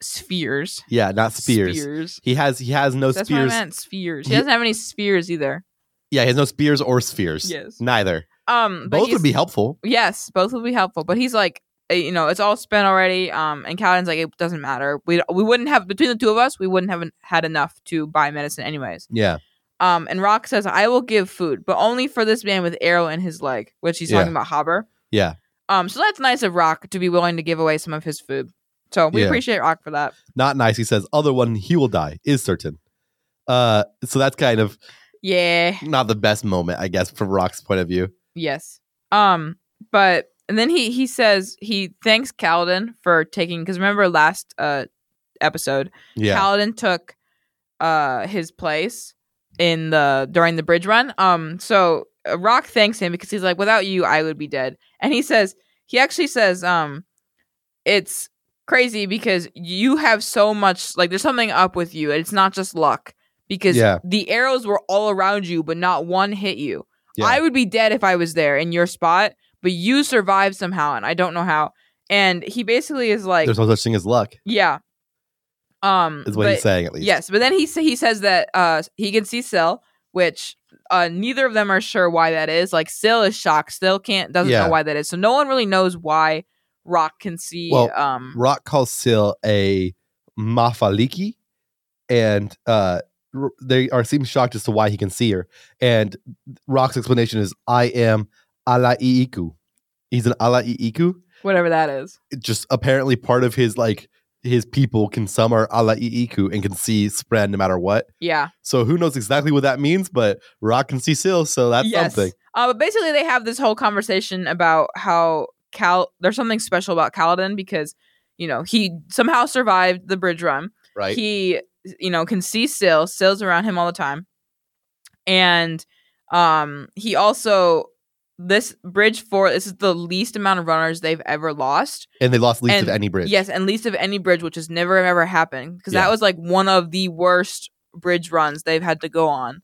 S3: Spheres.
S2: yeah not spears
S3: Spears.
S2: he has he has no
S3: That's
S2: spears
S3: what I meant. Spheres. He
S2: Ye-
S3: doesn't have any spears either.
S2: yeah he has no spears or spheres
S3: Yes.
S2: neither
S3: Um, but
S2: both
S3: he's-
S2: would be helpful
S3: Yes, both would be helpful. But he's like, eh, you know, it's all spent already. Um, and Kaladin's like, it doesn't matter. We we wouldn't have between the two of us, we wouldn't have had enough to buy medicine anyways.
S2: yeah
S3: Um, and Rock says, I will give food, but only for this man with arrow in his leg, which he's
S2: Yeah.
S3: talking about Hobber.
S2: yeah
S3: Um, so that's nice of Rock to be willing to give away some of his food. So we
S2: Yeah.
S3: appreciate Rock for that.
S2: not nice he says other one he will die is certain uh so that's kind of
S3: Yeah.
S2: not the best moment, I guess, from Rock's point of view.
S3: Yes. Um, but and then he he says he thanks Kaladin for taking because remember last uh episode
S2: Yeah.
S3: Paladin took uh his place in the during the bridge run. Um so uh, Rock thanks him because he's like without you I would be dead. And he says he actually says um it's crazy because you have so much like there's something up with you and it's not just luck because
S2: Yeah.
S3: the arrows were all around you but not one hit you.
S2: Yeah.
S3: I would be dead if I was there in your spot, but you survived somehow and I don't know how. And he basically is like
S2: There's no such thing as luck,
S3: yeah. Um
S2: is what
S3: but-
S2: he's saying, at least.
S3: Yes, but then he sa- he says that uh he can see Syl, which uh neither of them are sure why that is. Like Syl is shocked, still can't doesn't
S2: Yeah.
S3: know why that is. So no one really knows why Rock can see
S2: Well,
S3: um
S2: Rock calls Sil a mafaliki, and uh, r- they are seem shocked as to why he can see her. And Rock's explanation is, "I am alaiiku." He's an alaiiku.
S3: whatever that is.
S2: It Just apparently part of his like his people can some are alaiiku and can see spread no matter what.
S3: Yeah.
S2: So who knows exactly what that means? But Rock can see Sil, so that's
S3: yes.
S2: something.
S3: Uh but basically they have this whole conversation about how Cal there's something special about Kaladin because you know, he somehow survived the bridge run.
S2: Right.
S3: he you know can see Syl. Syl's around him all the time, and um he also this bridge four. This is the least amount of runners they've ever lost.
S2: and they lost least
S3: and-
S2: of any bridge.
S3: Yes, and least of any bridge, which has never ever happened because
S2: Yeah.
S3: that was like one of the worst bridge runs they've had to go on,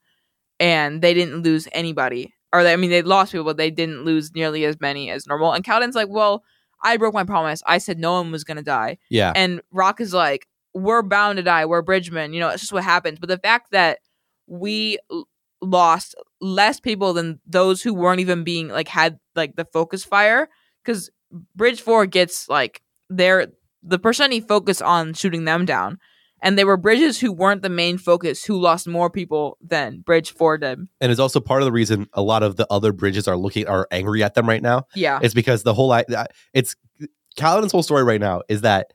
S3: and they didn't lose anybody. Or they, I mean, they lost people, but they didn't lose nearly as many as normal. And Cowden's like, well. I broke my promise. I said no one was going to die.
S2: Yeah.
S3: And Rock is like, we're bound to die. We're Bridgemen. You know, it's just what happens. But the fact that we l- lost less people than those who weren't even being like had like the focus fire because Bridge Four gets like their the percent he focused on shooting them down. And they were bridges who weren't the main focus who lost more people than Bridge Four did.
S2: and it's also part of the reason a lot of the other bridges are looking are angry at them right now.
S3: Yeah.
S2: It's because the whole I, I- it's Kaladin's whole story right now is that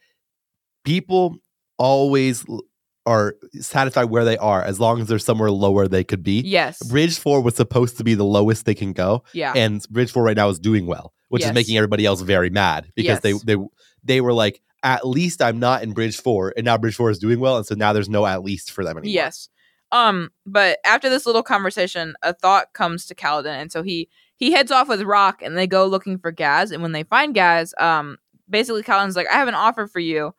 S2: people always l- are satisfied where they are as long as they're somewhere lower they could be.
S3: Yes.
S2: Bridge four was supposed to be the lowest they can go,
S3: Yeah.
S2: and Bridge four right now is doing well, which is
S3: Yes.
S2: making everybody else very mad because
S3: Yes.
S2: they they they were like at least I'm not in Bridge four, and now Bridge four is doing well, and so now there's no at least for them anymore.
S3: Yes. Um, but after this little conversation, a thought comes to Kaladin, and so he he heads off with Rock, and they go looking for Gaz. And when they find Gaz, um, basically Kaladin's like, "I have an offer for you,"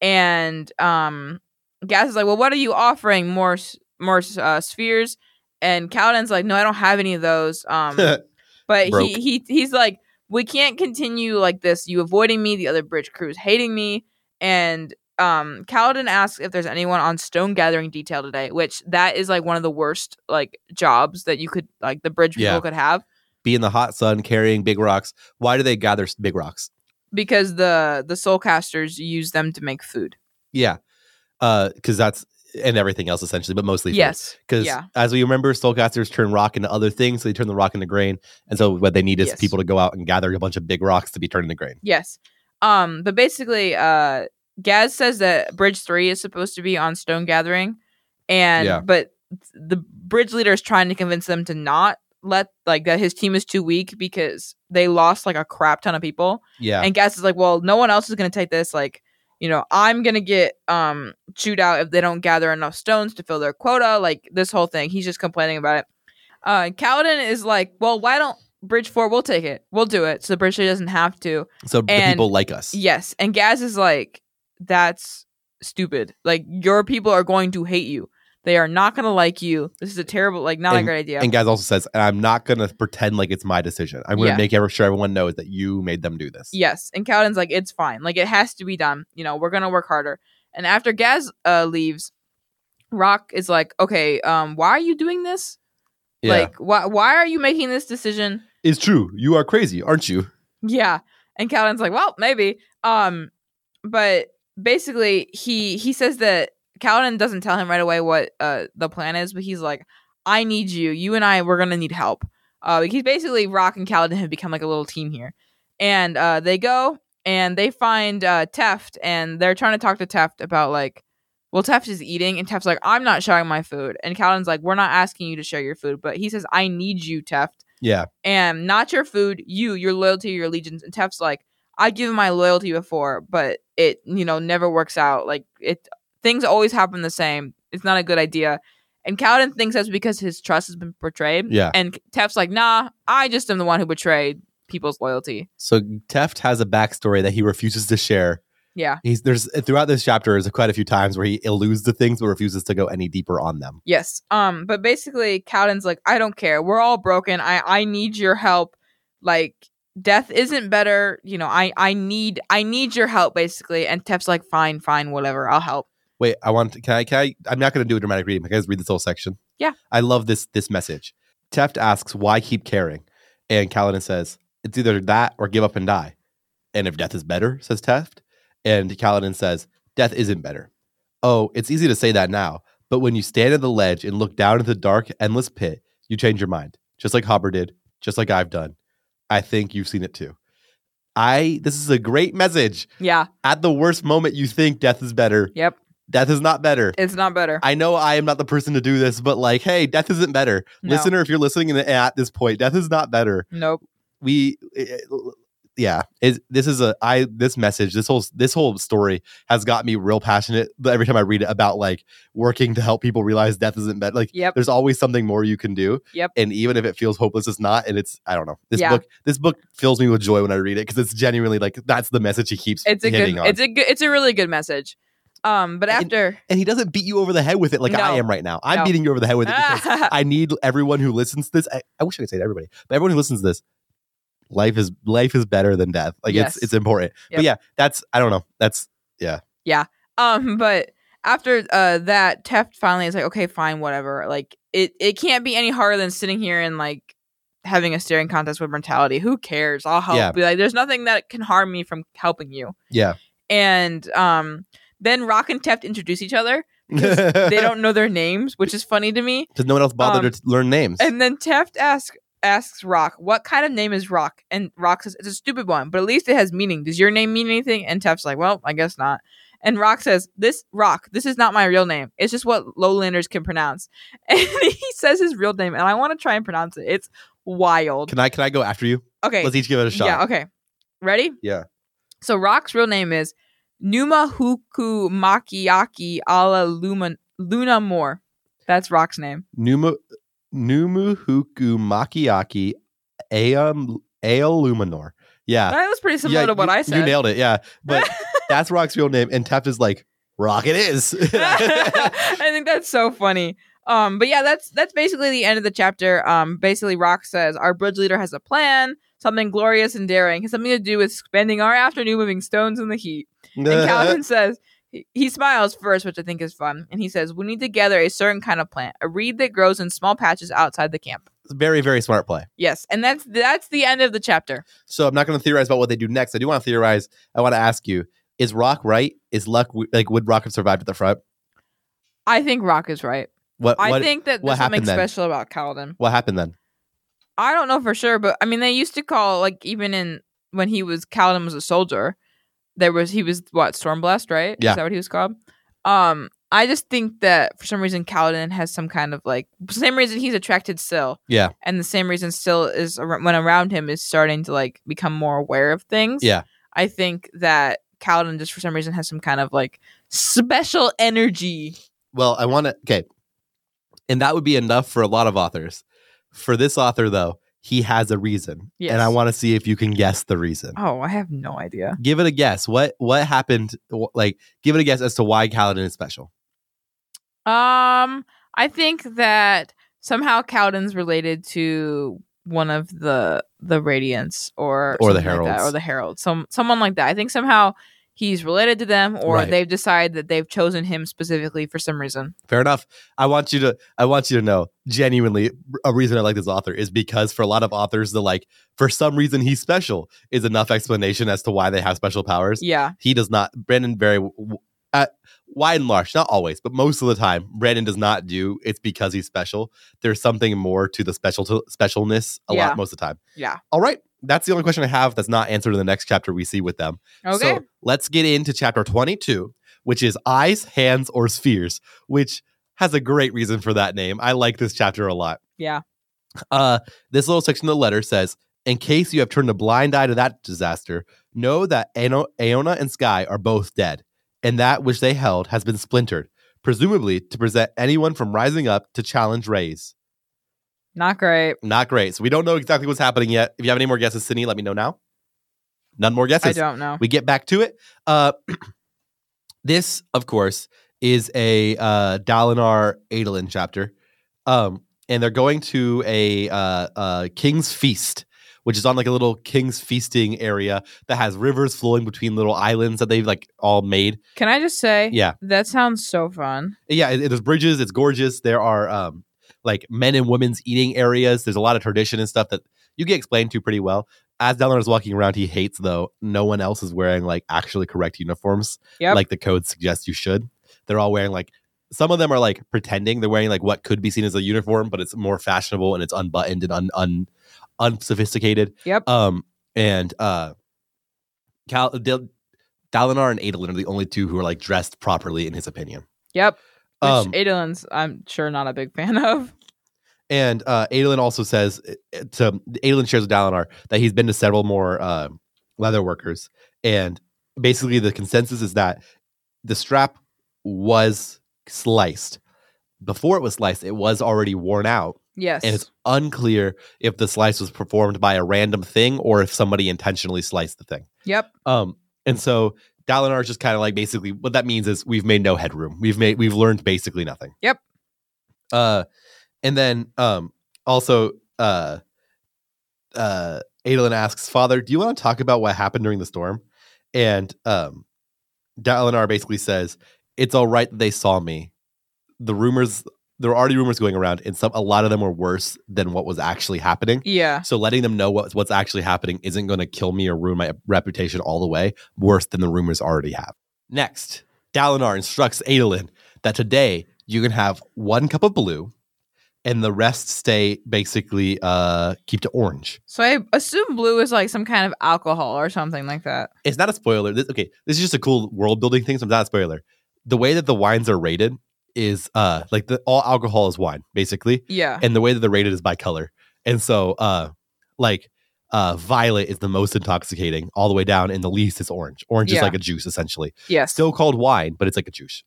S3: and um, Gaz is like, "Well, what are you offering? More s- more uh, spheres?" And Kaladin's like, "No, I don't have any of those." Um, but
S2: Broke.
S3: he, he he's like, we can't continue like this. You avoiding me, the other bridge crews hating me, and um Kaladin asks if there's anyone on stone gathering detail today, which that is like one of the worst like jobs that you could like the bridge people
S2: Yeah.
S3: could have
S2: Be in the hot sun carrying big rocks. Why do they gather s- big rocks?
S3: because the the soul casters use them to make food.
S2: Yeah. Uh, because that's and everything else essentially, but mostly food.
S3: Yes.
S2: Because
S3: Yeah.
S2: as we remember, soulcasters turn rock into other things, so they turn the rock into grain. And so what they need is
S3: Yes.
S2: people to go out and gather a bunch of big rocks to be turned into grain.
S3: Yes. Um, but basically, uh, Gaz says that Bridge Three is supposed to be on Stone Gathering, and
S2: Yeah.
S3: but the bridge leader is trying to convince them to not let like that his team is too weak because they lost like a crap ton of people.
S2: Yeah.
S3: And Gaz is like, well, no one else is gonna take this. Like, you know, I'm gonna get um chewed out if they don't gather enough stones to fill their quota. Like this whole thing, he's just complaining about it. Uh, Kaladin is like, well, why don't Bridge Four? We'll take it. We'll do it. So Bridge Three doesn't have to.
S2: so the
S3: and-
S2: people like us.
S3: Yes. And Gaz is like, that's stupid. Like, your people are going to hate you. They are not going to like you. This is a terrible, like, not a great idea.
S2: And Gaz also says, and I'm not gonna pretend like it's my decision. I'm gonna
S3: Yeah.
S2: make every- sure everyone knows that you made them do this.
S3: yes. And Cowden's like, it's fine. Like, it has to be done. You know, we're going to work harder. And after Gaz uh, leaves, Rock is like, okay, um, why are you doing this?
S2: Yeah.
S3: Like, why, why are you making this decision?
S2: it's true. You are crazy, aren't you?
S3: Yeah. And Calden's like, well, maybe. Um, but basically he he says that Calden doesn't tell him right away what uh the plan is, but he's like, I need you. You and I we're gonna need help. Uh like, he's basically Rock and Calden have become like a little team here. And uh they go and they find uh Teft and they're trying to talk to Teft about like well, Teft is eating, and Teft's like, I'm not sharing my food. And Calden's like, We're not asking you to share your food, but he says, I need you, Teft
S2: Yeah.
S3: and not your food, you, your loyalty, your allegiance. And Tef's like, I've given my loyalty before, but it, you know, never works out. Like it things always happen the same. It's not a good idea. And Cowden thinks that's because his trust has been betrayed.
S2: Yeah.
S3: And Tef's like, nah, I just am the one who betrayed people's loyalty.
S2: So Teft has a backstory that he refuses to share.
S3: Yeah.
S2: He's there's throughout this chapter is quite a few times where he alludes to things but refuses to go any deeper on them.
S3: Yes. Um, but basically Cowden's like, I don't care. We're all broken. I I need your help. Like death isn't better. You know, I I need I need your help basically. And Tef's like, fine, fine, whatever. I'll help.
S2: Wait, I want to, can I can I I'm not gonna do a dramatic reading, but can I just read this whole section?
S3: Yeah.
S2: I love this this message. Teft asks, why keep caring? And Kaladin says, It's either that or give up and die. And if death is better, says Teft. And Kaladin says, Death isn't better. Oh, it's easy to say that now, but when you stand at the ledge and look down at the dark, endless pit, you change your mind. Just like Hopper did, just like I've done. I think you've seen it too. I this is a great message.
S3: Yeah.
S2: At the worst moment you think death is better,
S3: Yep.
S2: death is not better.
S3: It's not better.
S2: I know I am not the person to do this, but like, hey, death isn't better.
S3: No.
S2: Listener, if you're listening in- at this point, death is not better.
S3: nope.
S2: We, eh, yeah, is this is a I this message this whole this whole story has got me real passionate every time I read it about like working to help people realize death isn't better. Like,
S3: Yep.
S2: there's always something more you can do.
S3: Yep.
S2: And even if it feels hopeless, it's not. And it's I don't know this
S3: Yeah.
S2: book. This book fills me with joy when I read it because it's genuinely like that's the message he keeps
S3: It's a
S2: hitting
S3: good.
S2: on.
S3: It's a good. It's a really good message. Um, but
S2: And-
S3: after
S2: and he doesn't beat you over the head with it like I
S3: No.
S2: am right now. I'm
S3: No.
S2: beating you over the head with it because I need everyone who listens to this. I, I wish I could say to everybody, but everyone who listens to this, life is life is better than death. Like
S3: Yes.
S2: it's it's important. But yeah, that's I don't know. That's
S3: um, but after uh that, Teft finally is like, okay, fine, whatever. Like it, it can't be any harder than sitting here and like having a staring contest with mortality. Who cares? I'll help.
S2: Yeah.
S3: Be like, there's nothing that can harm me from helping you.
S2: yeah.
S3: And um, then Rock and Teft introduce each other. Because They don't know their names, which is funny to me.
S2: Because no one else bothered
S3: um,
S2: to learn names.
S3: And then Teft asks asks Rock, "What kind of name is Rock?" And Rock says, "It's a stupid one, but at least it has meaning. Does your name mean anything?" And Teft's like, "Well, I guess not." And Rock says, "This Rock, this is not my real name. It's just what Lowlanders can pronounce." And he says his real name, and I want to try and pronounce it. It's wild.
S2: can I can I go after you?
S3: Okay,
S2: Let's each give it a shot.
S3: yeah. Okay, ready?
S2: Yeah.
S3: So Rock's real name is Numa Huku Makiaki Ala Luma Luna Moore. That's Rock's name.
S2: Numu Numuhuku Makiaki Aum Aeluminor. um, Yeah.
S3: That was pretty similar
S2: Uh, yeah,
S3: to what
S2: you-
S3: I said.
S2: You nailed it. Yeah. But that's Rock's real name. And Teft is like, Rock it is.
S3: I think that's so funny. Um, but yeah, that's that's basically the end of the chapter. Um, basically, Rock says our bridge leader has a plan, something glorious and daring, has something to do with spending our afternoon moving stones in the heat. And Calvin says He- He smiles first, which I think is fun, and he says, "We need to gather a certain kind of plant, a reed that grows in small patches outside the camp."
S2: Very, very smart play.
S3: Yes, and that's that's the end of the chapter.
S2: So I'm not going to theorize about what they do next. I do want to theorize. I want to ask you: Is Rock right? Is Luck like would Rock have survived at the front?
S3: I think Rock is right.
S2: What
S3: I
S2: what,
S3: think that
S2: what
S3: there's something
S2: happened then?
S3: special about Kaladin.
S2: what happened then?
S3: I don't know for sure, but I mean, they used to call like even in when he was Kaladin was a soldier, there was he was what Stormblast, right?
S2: Yeah.
S3: is that what he was called? Um, I just think that for some reason Kaladin has some kind of like same reason he's attracted Syl,
S2: Yeah.
S3: and the same reason Syl is ar- when around him is starting to like become more aware of things.
S2: Yeah.
S3: I think that Kaladin just for some reason has some kind of like special energy.
S2: Well, I want to. Okay, and that would be enough for a lot of authors. For this author, though, he has a reason,
S3: Yes.
S2: and I want to see if you can guess the reason.
S3: Oh, I have no idea.
S2: Give it a guess. What what happened? wh- Like, give it a guess as to why Kaladin is special.
S3: Um, I think that somehow Cowden's related to one of the the Radiants or
S2: Or the
S3: something like that,
S2: Heralds.
S3: or the Herald, some someone like that. I think somehow he's related to them, or
S2: Right.
S3: they've decided that they've chosen him specifically for some reason.
S2: Fair enough. I want you to I want you to know genuinely a reason I like this author is because for a lot of authors the like for some reason he's special is enough explanation as to why they have special powers.
S3: Yeah,
S2: He does not Brandon very w- w- uh, wide and large, not always, but most of the time Brandon does not do it's because he's special. There's something more to the special specialness a
S3: Yeah.
S2: lot most of the time.
S3: yeah.
S2: All right. That's the only question I have that's not answered in the next chapter we see with them.
S3: Okay,
S2: So let's get into chapter 22, which is Eyes, Hands, or Spheres, which has a great reason for that name. I like this chapter a lot.
S3: Yeah.
S2: Uh, this little section of the letter says In case you have turned a blind eye to that disaster, know that Aeno- Aona and Sky are both dead, and that which they held has been splintered, presumably to present anyone from rising up to challenge Rays.
S3: not great.
S2: Not great. So we don't know exactly what's happening yet. If you have any more guesses, Sydney, let me know now. None more guesses
S3: I don't know.
S2: we get back to it. Uh, this, of course, is a uh, Dalinar Adolin chapter, um, and they're going to a uh, uh, king's feast, which is on like a little king's feasting area that has rivers flowing between little islands that they've like all made.
S3: Can I just say?
S2: Yeah.
S3: that sounds so fun.
S2: Yeah, it, it- there's bridges. It's gorgeous. There are um, like men and women's eating areas. There's a lot of tradition and stuff that you get explained to pretty well. As Dalinar is walking around, he hates though no one else is wearing like actually correct uniforms
S3: Yep.
S2: like the code suggests you should. They're all wearing like some of them are like pretending they're wearing like what could be seen as a uniform, but it's more fashionable and it's unbuttoned and un, un unsophisticated.
S3: Yep.
S2: Um and uh Cal Dal- Dalinar and Adolin are the only two who are like dressed properly in his opinion.
S3: yep. Which
S2: Um,
S3: Adolin's, I'm sure, not a big fan of.
S2: And uh, Adolin also says uh, to Adolin shares with Dalinar that he's been to several more uh, leather workers, and basically the consensus is that the strap was sliced. Before it was sliced, it was already worn out,
S3: Yes.
S2: and it's unclear if the slice was performed by a random thing or if somebody intentionally sliced the thing.
S3: yep.
S2: Um, and so Dalinar is just kind of like basically what that means is we've made no headroom. We've made we've learned basically nothing.
S3: Yep.
S2: Uh, and then um also uh uh Adolin asks Father, do you want to talk about what happened during the storm? And um Dalinar basically says it's all right that they saw me. The rumors there were already rumors going around, and some a lot of them were worse than what was actually happening.
S3: Yeah.
S2: So letting them know what's what's actually happening isn't going to kill me or ruin my reputation all the way, worse than the rumors already have. Next, Dalinar instructs Adolin that today you can have one cup of blue, and the rest stay basically uh, keep to orange.
S3: So I assume blue is like some kind of alcohol or something like that.
S2: It's not a spoiler. This, okay, this is just a cool world building thing, so it's not a spoiler. The way that the wines are rated is uh, like the, all alcohol is wine, basically.
S3: Yeah.
S2: and the way that they're rated is by color. And so, uh, like, uh, violet is the most intoxicating all the way down, and the least is orange. Orange
S3: Yeah.
S2: is like a juice, essentially.
S3: Yes.
S2: Still called wine, but it's like a juice.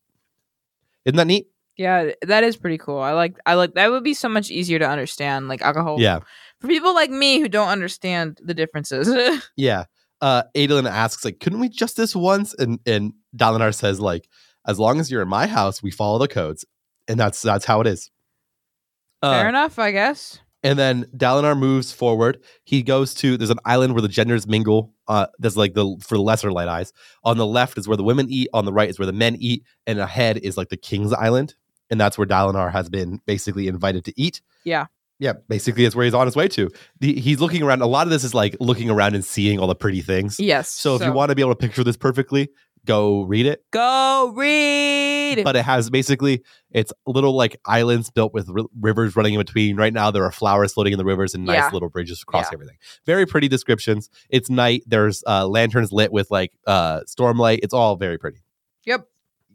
S2: Isn't that neat?
S3: yeah, that is pretty cool. I like I like that would be so much easier to understand like alcohol.
S2: Yeah.
S3: For people like me who don't understand the differences.
S2: Yeah. Uh, Adolin asks, like, couldn't we just this once? And and Dalinar says, like, as long as you're in my house, we follow the codes, and that's that's how it is. Uh,
S3: Fair enough, I guess.
S2: And then Dalinar moves forward. He goes to there's an island where the genders mingle. Uh, that's like the for the lesser light eyes. On the left is where the women eat. On the right is where the men eat. And ahead is like the king's island, and that's where Dalinar has been basically invited to eat.
S3: Yeah.
S2: yeah. Basically, that's where he's on his way to. The, he's looking around. A lot of this is like looking around and seeing all the pretty things.
S3: Yes.
S2: So, if you want to be able to picture this perfectly, go read it.
S3: go read.
S2: But it has basically it's little like islands built with ri- rivers running in between. Right now, there are flowers floating in the rivers and nice
S3: Yeah.
S2: little bridges across
S3: Yeah.
S2: everything. Very pretty descriptions. It's night. There's uh, lanterns lit with like uh, stormlight. It's all very pretty.
S3: Yep.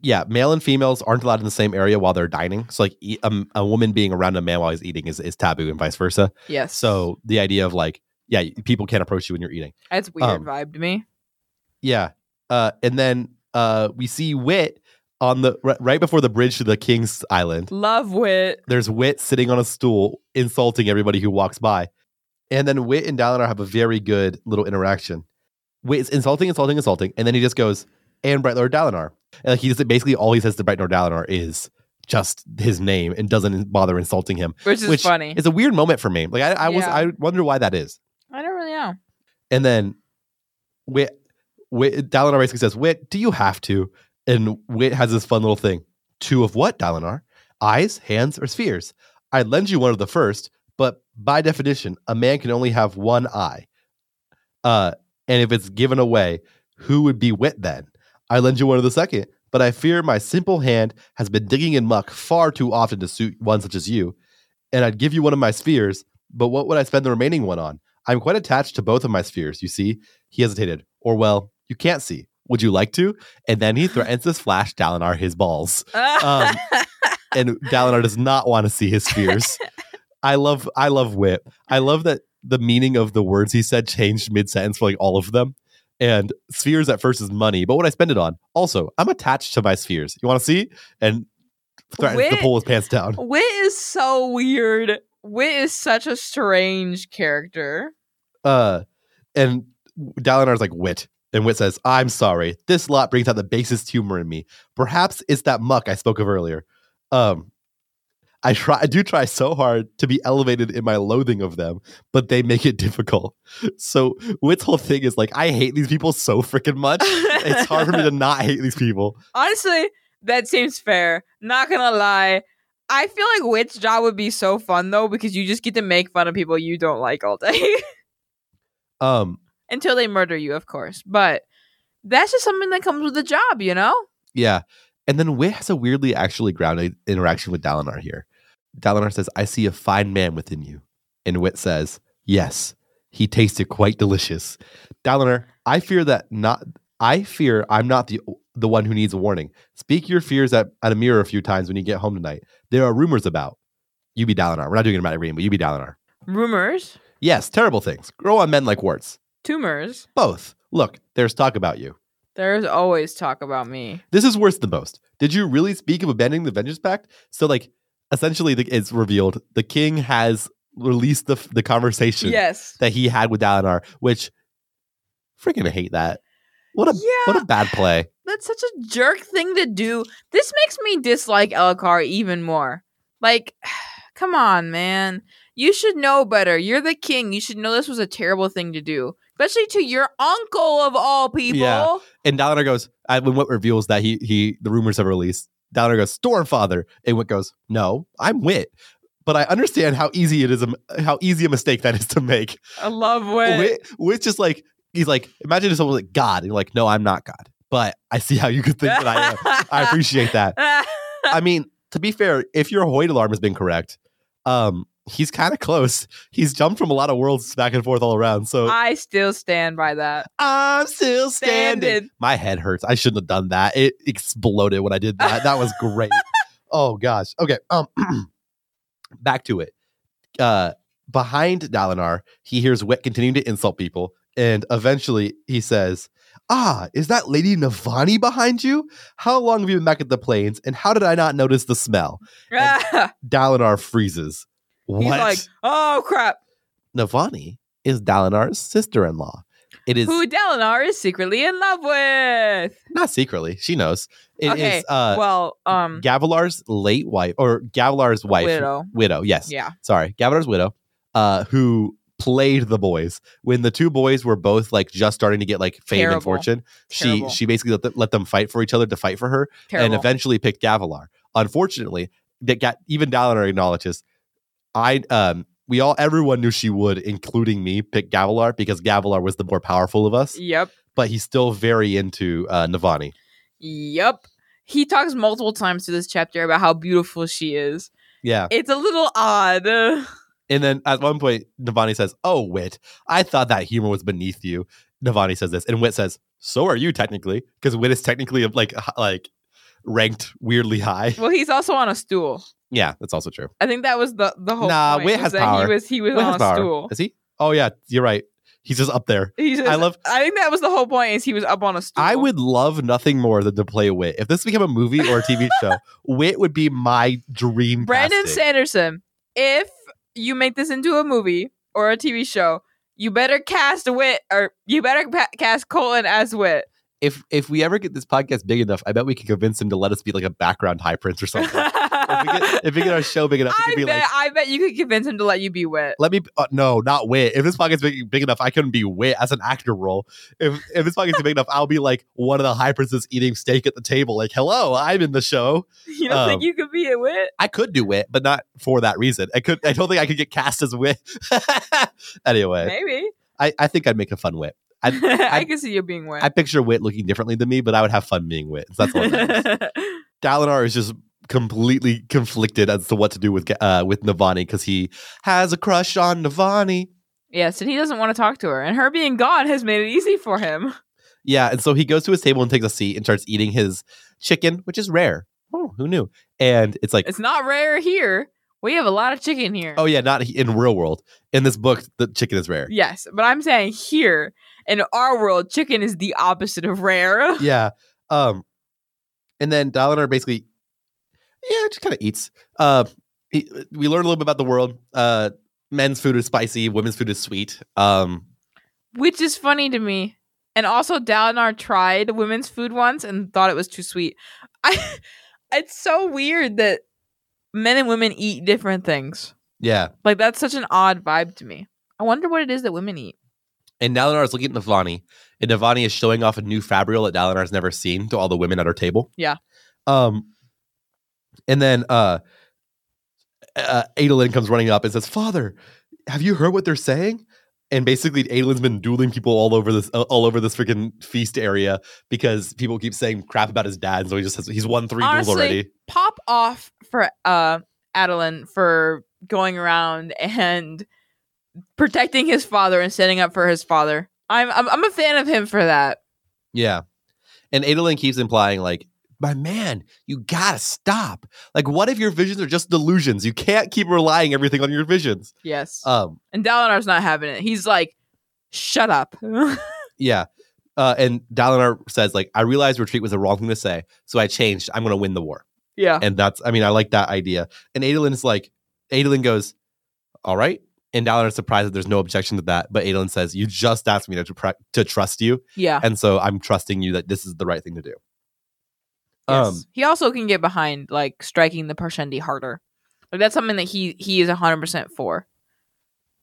S2: Yeah, male and females aren't allowed in the same area while they're dining. So like e- um, a woman being around a man while he's eating is, is taboo and vice versa.
S3: yes.
S2: So the idea of like yeah, people can't approach you when you're eating.
S3: that's weird
S2: um,
S3: vibe to me.
S2: Yeah. Uh, and then uh, we see Wit on the ri- right before the bridge to the King's Island.
S3: Love wit.
S2: There's Wit sitting on a stool, insulting everybody who walks by. And then Wit and Dalinar have a very good little interaction. Wit is insulting, insulting, insulting, and then he just goes, "And Bright Lord Dalinar." And like he just basically all he says to Bright Lord Dalinar is just his name and doesn't bother insulting him.
S3: Which is
S2: which
S3: funny.
S2: It's a weird moment for me. Like I, I was,
S3: Eh. Yeah.
S2: I wonder why that is.
S3: I don't really know.
S2: And then Wit, Wit Dalinar basically says, Wit, do you have to? And Wit has this fun little thing. Two of what, Dalinar? Eyes, hands, or spheres? I'd lend you one of the first, but by definition, a man can only have one eye. Uh, and if it's given away, who would be Wit then? I lend you one of the second, but I fear my simple hand has been digging in muck far too often to suit one such as you. And I'd give you one of my spheres, but what would I spend the remaining one on? I'm quite attached to both of my spheres, you see. He hesitated. Or, well, you can't see. Would you like to? And then he threatens to slash Dalinar his balls. Um, And Dalinar does not want to see his spheres. I love I love Whip. I love that the meaning of the words he said changed mid-sentence for like all of them. And spheres at first is money, but what I spend it on. Also, I'm attached to my spheres. You want to see? And threatens to
S3: Whip-
S2: pull his pants down.
S3: Wit is so weird. Wit is such a strange character.
S2: uh and Dalinar's like wit and wit says i'm sorry this lot brings out the basest humor in me perhaps it's that muck i spoke of earlier um i try i do try so hard to be elevated in my loathing of them but they make it difficult so wit's whole thing is like i hate these people so freaking much it's hard for me to not hate these people
S3: Honestly, that seems fair. Not gonna lie. I feel like Wit's job would be so fun though, because you just get to make fun of people you don't like all day.
S2: um
S3: Until they murder you, of course. But that's just something that comes with the job, you know?
S2: Yeah. And then Wit has a weirdly actually grounded interaction with Dalinar here. Dalinar says, I see a fine man within you. And Wit says, Yes, he tasted quite delicious. Dalinar, I fear that not I fear I'm not the the one who needs a warning. Speak your fears at, at a mirror a few times when you get home tonight. There are rumors about. You be Dalinar. We're not doing it about Irene, but you be Dalinar.
S3: Rumors,
S2: Yes, terrible things. Grow on men like warts.
S3: tumors.
S2: Both. Look, there's talk about you.
S3: There's always talk about me.
S2: This is worse than most. Did you really speak of abandoning the Vengeance Pact? So, like, essentially, the, it's revealed the king has released the the conversation
S3: Yes.
S2: that he had with Dalinar, which freaking hate that. What a
S3: yeah.
S2: what a bad play.
S3: That's such a jerk thing to do. This makes me dislike Elkar even more. Like, come on, man. You should know better. You're the king. You should know this was a terrible thing to do, especially to your uncle of all people.
S2: Yeah. And Dalinar goes I, when what reveals that he he the rumors have released. Dalinar goes Stormfather, and Wit goes No, I'm Wit. But I understand how easy it is, a- how easy a mistake that is to make.
S3: I love Wit.
S2: Wit, Wit's just like he's like, imagine if someone was like God, and you're like, no, I'm not God, but I see how you could think that I am. I appreciate that. I mean, to be fair, if your Hoyt alarm has been correct, um, he's kind of close. He's jumped from a lot of worlds back and forth all around. So
S3: I still stand by that.
S2: I'm still standing.
S3: Standing.
S2: My head hurts. I shouldn't have done that. It exploded when I did that. That was great. oh gosh. Okay. Um, back to it. Uh, behind Dalinar, he hears Wet continuing to insult people, and eventually he says, "Ah, is that Lady Navani behind you? How long have you been back at the plains, and how did I not notice the smell?" Dalinar freezes. What?
S3: He's like, oh crap.
S2: Navani is Dalinar's sister-in-law. It is
S3: Who Delinar is secretly in love with.
S2: not secretly. She knows. It is
S3: Okay,
S2: uh,
S3: well, um
S2: Gavilar's late wife or Gavilar's wife
S3: widow.
S2: widow, yes.
S3: Yeah.
S2: Sorry, Gavilar's widow. uh, who played the boys when the two boys were both like just starting to get like fame
S3: Terrible.
S2: and fortune.
S3: Terrible.
S2: She she basically let, th- let them fight for each other to fight for her,
S3: Terrible.
S2: and eventually picked Gavilar. Unfortunately, that got even Dalinar acknowledges. I um we all everyone knew she would, including me, pick Gavilar because Gavilar was the more powerful of us.
S3: yep.
S2: But he's still very into uh, Navani.
S3: Yep. He talks multiple times through this chapter about how beautiful she is.
S2: Yeah,
S3: It's a little odd.
S2: and then at one point, Navani says, "Oh, Wit, I thought that humor was beneath you." Navani says this, and Wit says, "So are you technically, because Wit is technically like h- like ranked weirdly high."
S3: Well, he's also on a stool.
S2: Yeah, that's also true.
S3: I think that was the the whole
S2: Nah,
S3: point.
S2: Wit
S3: was
S2: has
S3: that
S2: power.
S3: He was he was
S2: Wit
S3: on
S2: has
S3: a
S2: power.
S3: stool.
S2: Is he? Oh yeah, you're right. He's just up there.
S3: He's just,
S2: I love
S3: I think that was the whole point. Is he was up on a stool.
S2: I would love nothing more than to play Wit. If this became a movie or a TV show, Wit would be my dream.
S3: Brandon
S2: casting.
S3: Sanderson. If you make this into a movie or a TV show, you better cast Wit or you better pa- cast Colin as Wit.
S2: If if we ever get this podcast big enough, I bet we can convince him to let us be like a background high prince or something. if, we get, if we get our show big enough, we
S3: I
S2: could be
S3: bet
S2: like,
S3: I bet you could convince him to let you be Wit.
S2: let me. Uh, no, not Wit. If this podcast's big, big enough, I couldn't be Wit as an actor role. If if this podcast's big enough, I'll be like one of the high princes eating steak at the table. Like, hello, I'm in the show.
S3: You don't
S2: Um,
S3: think you could be a Wit?
S2: I could do Wit, but not for that reason. I could. I don't think I could get cast as Wit. anyway.
S3: Maybe.
S2: I, I think I'd make a fun wit.
S3: I,
S2: I, I-
S3: can see you being wet.
S2: I picture wit looking differently than me, but I would have fun being wit. So that's all. That matters. Dalinar is just completely conflicted as to what to do with Ga- uh, with Navani because he has a crush on Navani.
S3: yes, and he doesn't want to talk to her, and her being gone has made it easy for him.
S2: Yeah, and so he goes to his table and takes a seat and starts eating his chicken, which is rare. Oh, who knew? And it's like,
S3: It's not rare here. We have a lot of chicken here.
S2: oh yeah, not he- in real world. In this book, the chicken is rare.
S3: yes, but I'm saying here in our world, chicken is the opposite of rare.
S2: yeah. Um, and then Dalinar basically, yeah, just kind of eats. Uh, he- we learn a little bit about the world. Uh, men's food is spicy, women's food is sweet. Um,
S3: which is funny to me. And also, Dalinar tried women's food once and thought it was too sweet. I, it's so weird that men and women eat different things.
S2: yeah.
S3: Like that's such an odd vibe to me. I wonder what it is that women eat.
S2: And Dalinar is looking at Navani, and Navani is showing off a new fabrial that Dalinar's never seen to all the women at her table.
S3: Yeah.
S2: Um, and then uh, uh, Adolin comes running up and says, "Father, have you heard what they're saying?" And basically, Adolin's been dueling people all over this uh, all over this freaking feast area because people keep saying crap about his dad, so he just has, he's won three
S3: Honestly,
S2: duels already.
S3: Pop off for uh Adeline for going around and protecting his father and standing up for his father. I'm I'm, I'm a fan of him for that.
S2: Yeah. And Adolin keeps implying, like, my man, you gotta stop. Like, what if your visions are just delusions? You can't keep relying everything on your visions.
S3: Yes.
S2: Um,
S3: and Dalinar's not having it. He's like, shut up.
S2: yeah. Uh, and Dalinar says, like, I realized retreat was the wrong thing to say, so I changed. I'm gonna win the war.
S3: yeah.
S2: And that's, I mean, I like that idea. And Adolin's like, Adolin goes, all right. And Dalinar's surprised that there's no objection to that. But Adolin says, you just asked me to, to, pre- to trust you.
S3: Yeah.
S2: And so I'm trusting you that this is the right thing to do. Um,
S3: Yes. he also can get behind like striking the Parshendi harder. Like that's something that he he is hundred percent for.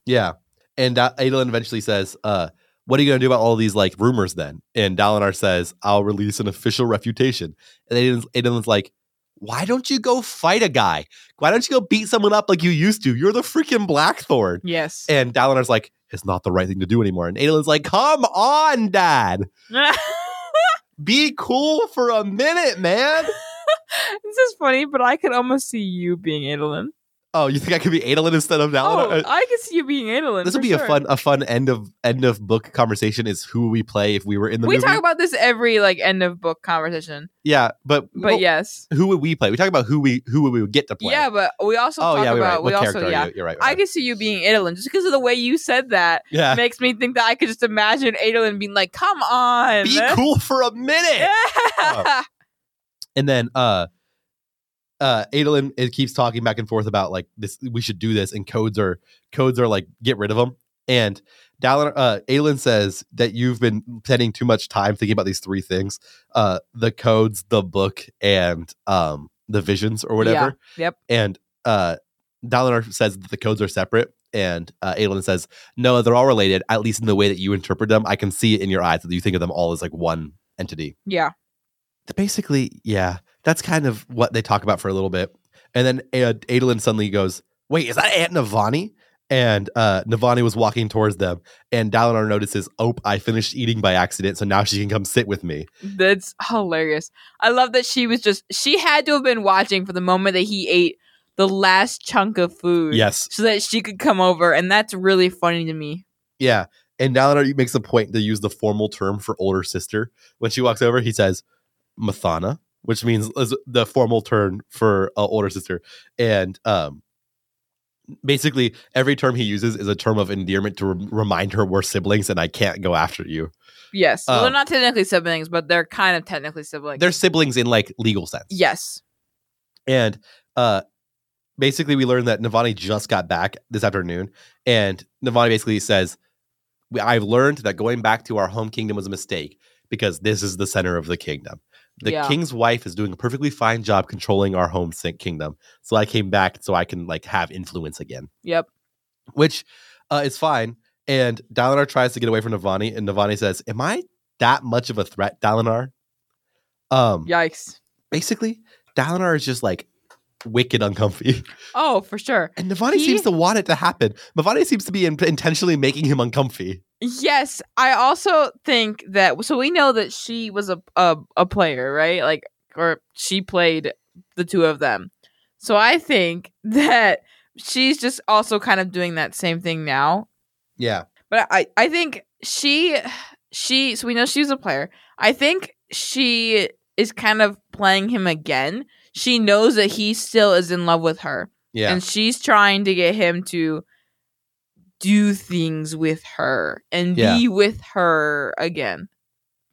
S2: Yeah. And da- Adolin eventually says, uh, what are you going to do about all these like rumors then? And Dalinar says, I'll release an official refutation. And Adolin's, Adolin's like, why don't you go fight a guy? Why don't you go beat someone up like you used to? You're the freaking Blackthorn.
S3: Yes.
S2: And Dalinar's like, it's not the right thing to do anymore. And Adolin's like, come on, dad. Be cool for a minute, man.
S3: this is funny, but I could almost see you being Adolin.
S2: Oh, you think I could be Adolin instead of Dalinar?
S3: Oh, I could see you being Adolin.
S2: this would
S3: for
S2: be
S3: sure.
S2: a fun a fun end of end of book conversation is who we play if we were in the
S3: we
S2: movie.
S3: talk about this every like end of book conversation,
S2: yeah, but
S3: but
S2: well,
S3: yes,
S2: who would we play? We talk about who we who would we would get to play.
S3: yeah. But we also
S2: Oh
S3: talk
S2: yeah,
S3: about
S2: we're right.
S3: we
S2: What
S3: also
S2: character
S3: yeah.
S2: are you? You're right.
S3: I
S2: right.
S3: could see you being Adolin just because of the way you said that
S2: yeah.
S3: makes me think that I could just imagine Adolin being like, "Come on,
S2: Be Oh, cool for a minute.
S3: Yeah.
S2: And then uh uh Adolin it keeps talking back and forth about like this we should do this and codes are codes are like get rid of them. And Dallin, uh Adolin says that you've been spending too much time thinking about these three things. Uh the codes, the book, and um the visions or whatever.
S3: Yep.
S2: And uh Dalinar says that the codes are separate. And uh, Adolin says, "No, they're all related. At least in the way that you interpret them, I can see it in your eyes that you think of them all as like one entity."
S3: Yeah.
S2: Basically, yeah, that's kind of what they talk about for a little bit, and then uh, Adolin suddenly goes, "Wait, is that Aunt Navani?" And uh, Navani was walking towards them, and Dalinar notices, "Oh, I finished eating by accident, so now she can come sit with me."
S3: That's hilarious. I love that she was just she had to have been watching for the moment that he ate the last chunk of food.
S2: Yes.
S3: So that she could come over. And that's really funny to me.
S2: Yeah. And Dalinar makes a point to use the formal term for older sister. When she walks over, he says, Mathana, which means is the formal term for uh, older sister. And um, basically, every term he uses is a term of endearment to re- remind her we're siblings and I can't go after you.
S3: Yes. well, they're
S2: Um,
S3: not technically siblings, but they're kind of technically siblings.
S2: They're siblings in like legal sense.
S3: yes.
S2: And uh basically we learned that Navani just got back this afternoon and Navani basically says "We- I've learned that going back to our home kingdom was a mistake because this is the center of the kingdom. The
S3: Yeah.
S2: king's wife is doing a perfectly fine job controlling our home si- kingdom. So I came back so I can like have influence again,
S3: Yep.
S2: which uh, is fine. And Dalinar tries to get away from Navani and Navani says, "Am I that much of a threat, Dalinar?" Um
S3: Yikes.
S2: basically Dalinar is just like wicked uncomfy.
S3: Oh, for sure.
S2: And Navani
S3: He-
S2: seems to want it to happen. Navani seems to be in- intentionally making him uncomfy.
S3: Yes. I also think that so we know that she was a a, a player, right? Like or she played the two of them. So I think that she's just also kind of doing that same thing now
S2: Yeah.
S3: But I, I think she she so we know she's a player. I think she is kind of playing him again. She knows that he still is in love with her.
S2: Yeah.
S3: And she's trying to get him to do things with her and be
S2: Yeah.
S3: with her again.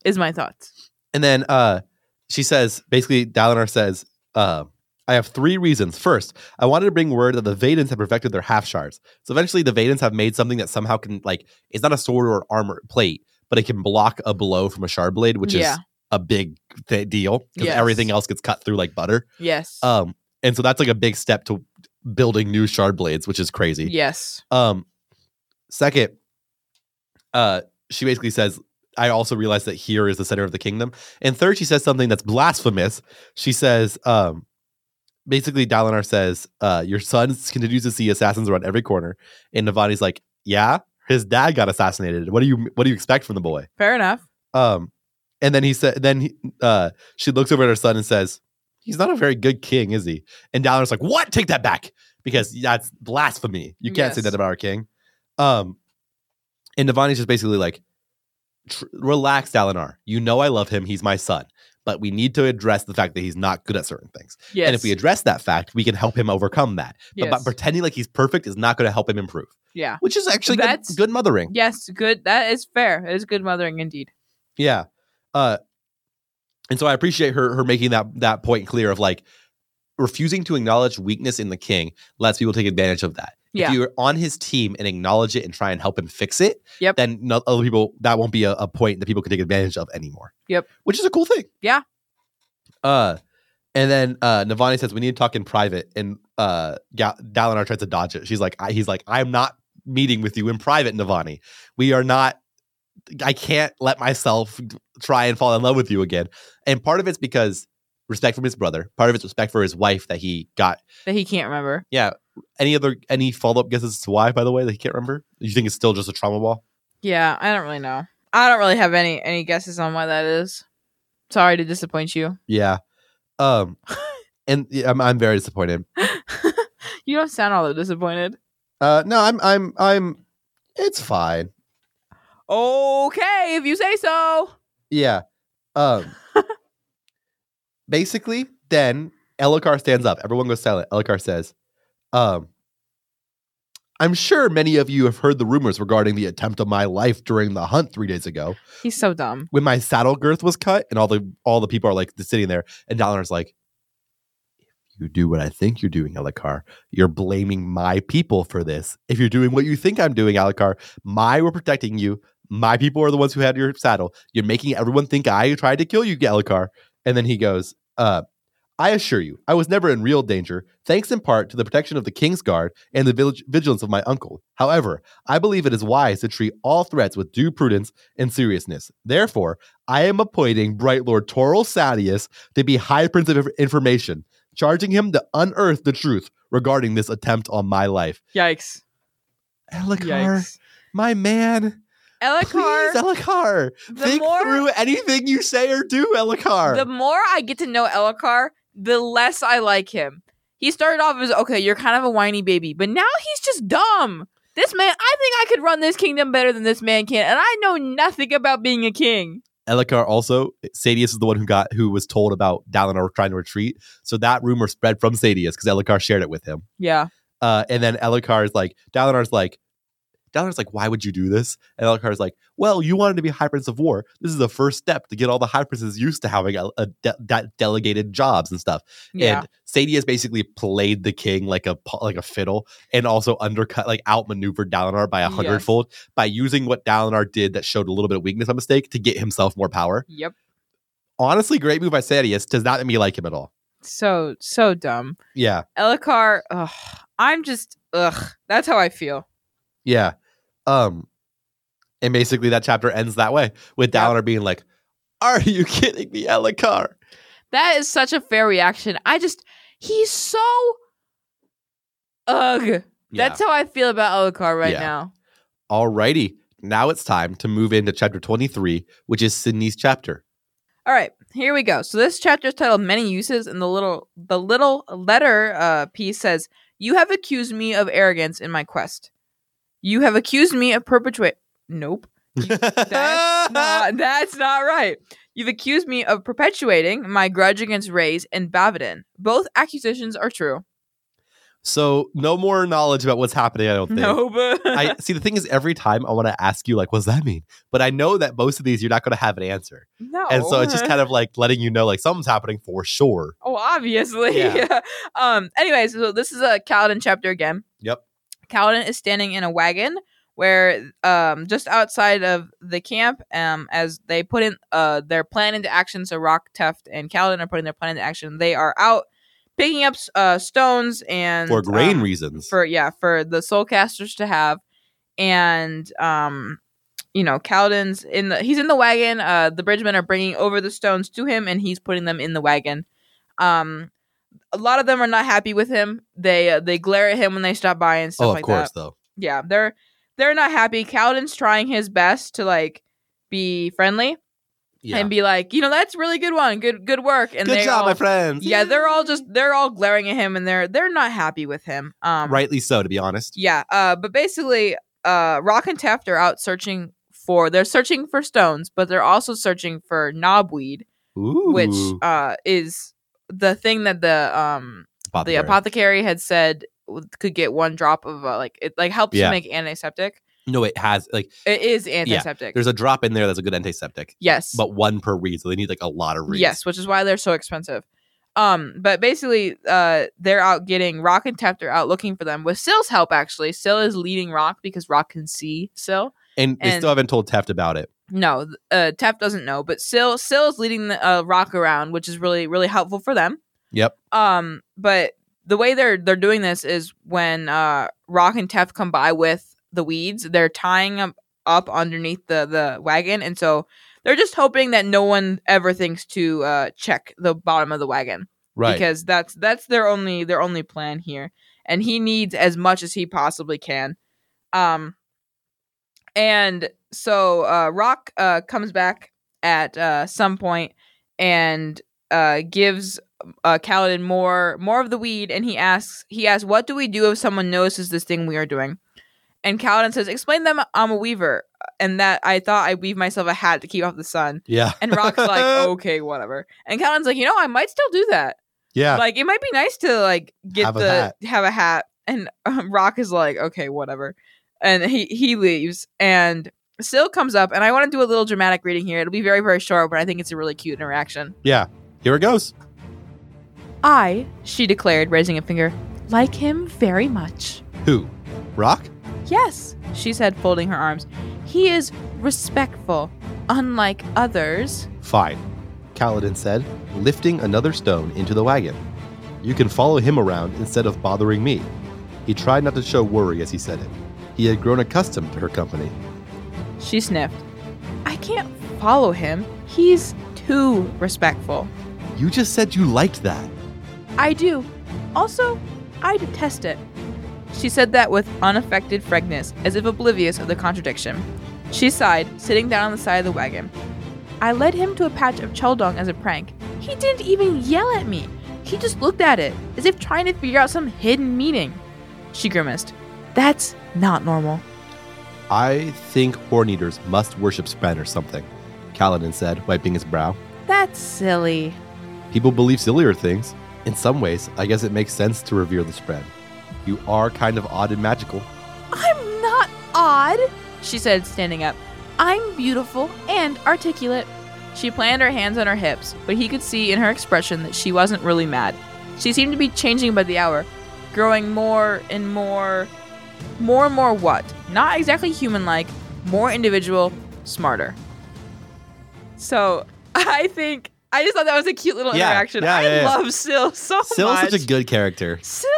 S3: Is my thoughts.
S2: And then uh she says basically Dalinar says, uh, I have three reasons. First, I wanted to bring word that the Vadans have perfected their half shards. So eventually the Vadans have made something that somehow can like it's not a sword or an armor plate, but it can block a blow from a shard blade, which
S3: Yeah.
S2: is a big th- deal because
S3: Yes.
S2: everything else gets cut through like butter.
S3: Yes.
S2: Um, and so that's like a big step to building new shard blades, which is crazy.
S3: yes.
S2: Um, second, uh, she basically says, I also realized that here is the center of the kingdom. And third, she says something that's blasphemous. She says, um, basically, Dalinar says, uh, your son continues to see assassins around every corner. And Navani's like, yeah, his dad got assassinated. What do you, what do you expect from the boy?
S3: Fair enough.
S2: Um, and then he said, then he, uh, she looks over at her son and says, "He's not a very good king, is he?" And Dalinar's like, "What? Take that back, because that's blasphemy. You can't say
S3: Yes.
S2: that about our king." Um, and Navani's just basically like, "Tr- "Relax, Dalinar. You know I love him. He's my son, but we need to address the fact that he's not good at certain things.
S3: Yes.
S2: And if we address that fact, we can help him overcome that. But, but
S3: Yes.
S2: pretending like he's perfect is not going to help him improve,
S3: yeah.
S2: which is actually good,
S3: That's-
S2: good mothering."
S3: Yes, good. That is fair. It is good mothering indeed.
S2: Yeah. Uh and so I appreciate her her making that that point clear of like refusing to acknowledge weakness in the king lets people take advantage of that.
S3: Yeah.
S2: If you're on his team and acknowledge it and try and help him fix it,
S3: Yep.
S2: then no, other people that won't be a, a point that people can take advantage of anymore.
S3: Yep.
S2: Which is a cool thing.
S3: Yeah.
S2: Uh and then uh Navani says we need to talk in private and uh Ga- Dalinar tries to dodge it. She's like I, he's like I'm not meeting with you in private, Navani. We are not I can't let myself try and fall in love with you again. And part of it's because respect from his brother, part of it's respect for his wife that he got.
S3: That he can't remember.
S2: Any other any follow up guesses as to why, by the way, that he can't remember? You think it's still just a trauma ball?
S3: Yeah, I don't really know. I don't really have any any guesses on why that is. Sorry to disappoint you.
S2: Yeah. Um and yeah, I'm I'm very disappointed.
S3: You don't sound all that disappointed.
S2: Uh no, I'm I'm I'm it's fine.
S3: Okay, if you say so.
S2: Yeah. Um basically then Elikar stands up. Everyone goes silent. Elikar says, um, I'm sure many of you have heard the rumors regarding the attempt on my life during the hunt three days ago
S3: He's so dumb.
S2: when my saddle girth was cut and all the all the people are like sitting there and Dalinar's like if you do what I think you're doing, Alucard. You're blaming my people for this. If you're doing what you think I'm doing, Alucard, my we're protecting you. My people are the ones who had your saddle. You're making everyone think I tried to kill you, Alucard. And then he goes, uh, I assure you, I was never in real danger, thanks in part to the protection of the King's Guard and the village vigilance of my uncle. However, I believe it is wise to treat all threats with due prudence and seriousness. Therefore, I am appointing Bright Lord Toral Sadius to be High Prince of Inf- Information, charging him to unearth the truth regarding this attempt on my life.
S3: Yikes.
S2: Elikar,
S3: Yikes.
S2: my man.
S3: Elikar.
S2: Please, Elikar.
S3: the
S2: Think
S3: more
S2: through anything you say or do, Elikar.
S3: the more I get to know Elikar, the less I like him. He started off as okay, you're kind of a whiny baby, but now he's just dumb. This man, I think I could run this kingdom better than this man can, and I know nothing about being a king.
S2: Elikar also Sadius is the one who got who was told about Dalinar trying to retreat. So that rumor spread from Sadius because Elikar shared it with him.
S3: Yeah.
S2: Uh, and then Elikar is like, Dalinar's like, Dalinar's like, why would you do this? And Elikar's like, well, you wanted to be High Prince of War. This is the first step to get all the High Princes used to having a, a de- de- delegated jobs and stuff.
S3: Yeah.
S2: And Sadius basically played the king like a pu- like a fiddle, and also undercut like outmaneuvered Dalinar by a
S3: Yes.
S2: hundredfold by using what Dalinar did that showed a little bit of weakness on mistake to get himself more power.
S3: yep.
S2: Honestly, great move by Sadius. Does not make me like him at all.
S3: So so dumb.
S2: Yeah,
S3: Elikar, ugh. I'm just ugh. That's how I feel.
S2: yeah. Um, and basically that chapter ends that way with
S3: Yep.
S2: Dalinar being like, "Are you kidding me, Elikar?"
S3: That is such a fair reaction. I just he's so ugh. That's how I feel about Elikar right
S2: Yeah.
S3: now.
S2: Alrighty, now it's time to move into chapter twenty-three, which is Sydney's chapter.
S3: All right, here we go. So this chapter is titled "Many Uses," and the little the little letter uh, piece says, "You have accused me of arrogance in my quest. You have accused me of perpetuate. Nope, that's not that's not right. You've accused me of perpetuating my grudge against Rays and Bavadin. Both accusations are true.
S2: So no more knowledge about what's happening. I don't think.
S3: No, but
S2: I see. The thing is, every time I want to ask you, like, what does that mean? But I know that most of these you're not going to have an answer,
S3: no.
S2: and so it's just kind of like letting you know, like, something's happening for sure.
S3: oh, obviously.
S2: Yeah.
S3: um. Anyways, so this is a Kaladin chapter again.
S2: Yep.
S3: Kaladin is standing in a wagon where um just outside of the camp um as they put in uh their plan into action so Rock Teft and Kaladin are putting their plan into action they are out picking up uh stones and
S2: For grain
S3: um,
S2: reasons.
S3: for yeah for the soul casters to have and um you know Kaladin's in the he's in the wagon uh the bridgemen are bringing over the stones to him and he's putting them in the wagon um a lot of them are not happy with him they uh, they glare at him when they stop by and stuff
S2: oh, of
S3: like
S2: course,
S3: that
S2: though.
S3: yeah they're they're not happy Kaladin's trying his best to like be friendly
S2: Yeah.
S3: and be like you know that's really good one good good work and
S2: Good
S3: they
S2: job,
S3: all,
S2: my friends.
S3: yeah they're all just they're all glaring at him and they're they're not happy with him um
S2: rightly so, to be honest.
S3: yeah, uh, but basically, uh, Rock and Taft are out searching for. They're searching for stones, but they're also searching for knobweed,
S2: Ooh,
S3: which uh, is the thing that the um the
S2: popular.
S3: apothecary had said w- could get one drop of uh, like it like helps
S2: Yeah.
S3: to make antiseptic.
S2: no, it has like
S3: It is antiseptic.
S2: there's a drop in there that's a good antiseptic,
S3: yes,
S2: but one per read, so they need like a lot of reads.
S3: Yes, which is why they're so expensive. Um, but basically, uh, they're out getting Rock and Teft are out looking for them with Sill's help. Actually, Sill is leading Rock because Rock can see Sill.
S2: and they
S3: and-
S2: still haven't told Teft about it.
S3: No, th- uh, Tef doesn't know, but Sil Sil is leading the uh, rock around, which is really really helpful for them.
S2: Yep.
S3: Um, but the way they're they're doing this is when uh Rock and Tef come by with the weeds, they're tying them up underneath the the wagon, and so they're just hoping that no one ever thinks to uh check the bottom of the wagon
S2: Right.
S3: because that's that's their only their only plan here and he needs as much as he possibly can um and so uh rock uh comes back at uh some point and uh gives uh Kaladin more more of the weed and he asks he asks what do we do if someone notices this thing we are doing and Kaladin says explain them I'm a weaver and that I thought I weave myself a hat to keep off the sun
S2: yeah.
S3: and Rock's like okay whatever and Kaladin's like you know I might still do that
S2: yeah.
S3: like it might be nice to like get
S2: Have a
S3: the
S2: hat.
S3: have a hat and um, rock is like okay whatever and he he leaves and Sil comes up and i want to do a little dramatic reading here it'll be very very short but i think it's a really cute interaction
S2: Here it goes.
S3: i she declared raising a finger like him very much
S2: Who? Rock?
S3: yes she said folding her arms he is respectful unlike others
S2: Fine. Kaladin said, lifting another stone into the wagon. You can follow him around instead of bothering me. He tried not to show worry as he said it. He had grown accustomed to her company.
S3: She sniffed. I can't follow him. He's too respectful.
S2: You just said you liked that.
S3: I do. Also, I detest it. She said that with unaffected frankness, as if oblivious of the contradiction. She sighed, sitting down on the side of the wagon. I led him to a patch of cheldong as a prank. He didn't even yell at me. He just looked at it, as if trying to figure out some hidden meaning. She grimaced. That's not normal.
S2: I think horn eaters must worship Spen or something, Kaladin said, wiping his brow.
S3: That's silly.
S2: People believe sillier things. In some ways, I guess it makes sense to revere the spread. You are kind of odd and magical.
S3: I'm not odd, she said, standing up. I'm beautiful and articulate. She planted her hands on her hips, but he could see in her expression that she wasn't really mad. She seemed to be changing by the hour, growing more and more. More and more what? Not exactly human like, more individual, smarter. So I think. I just thought that was a cute little
S2: Yeah,
S3: interaction.
S2: yeah,
S3: I
S2: yeah, yeah.
S3: love Syl so
S2: Sill's
S3: much.
S2: such a good character.
S3: Syl,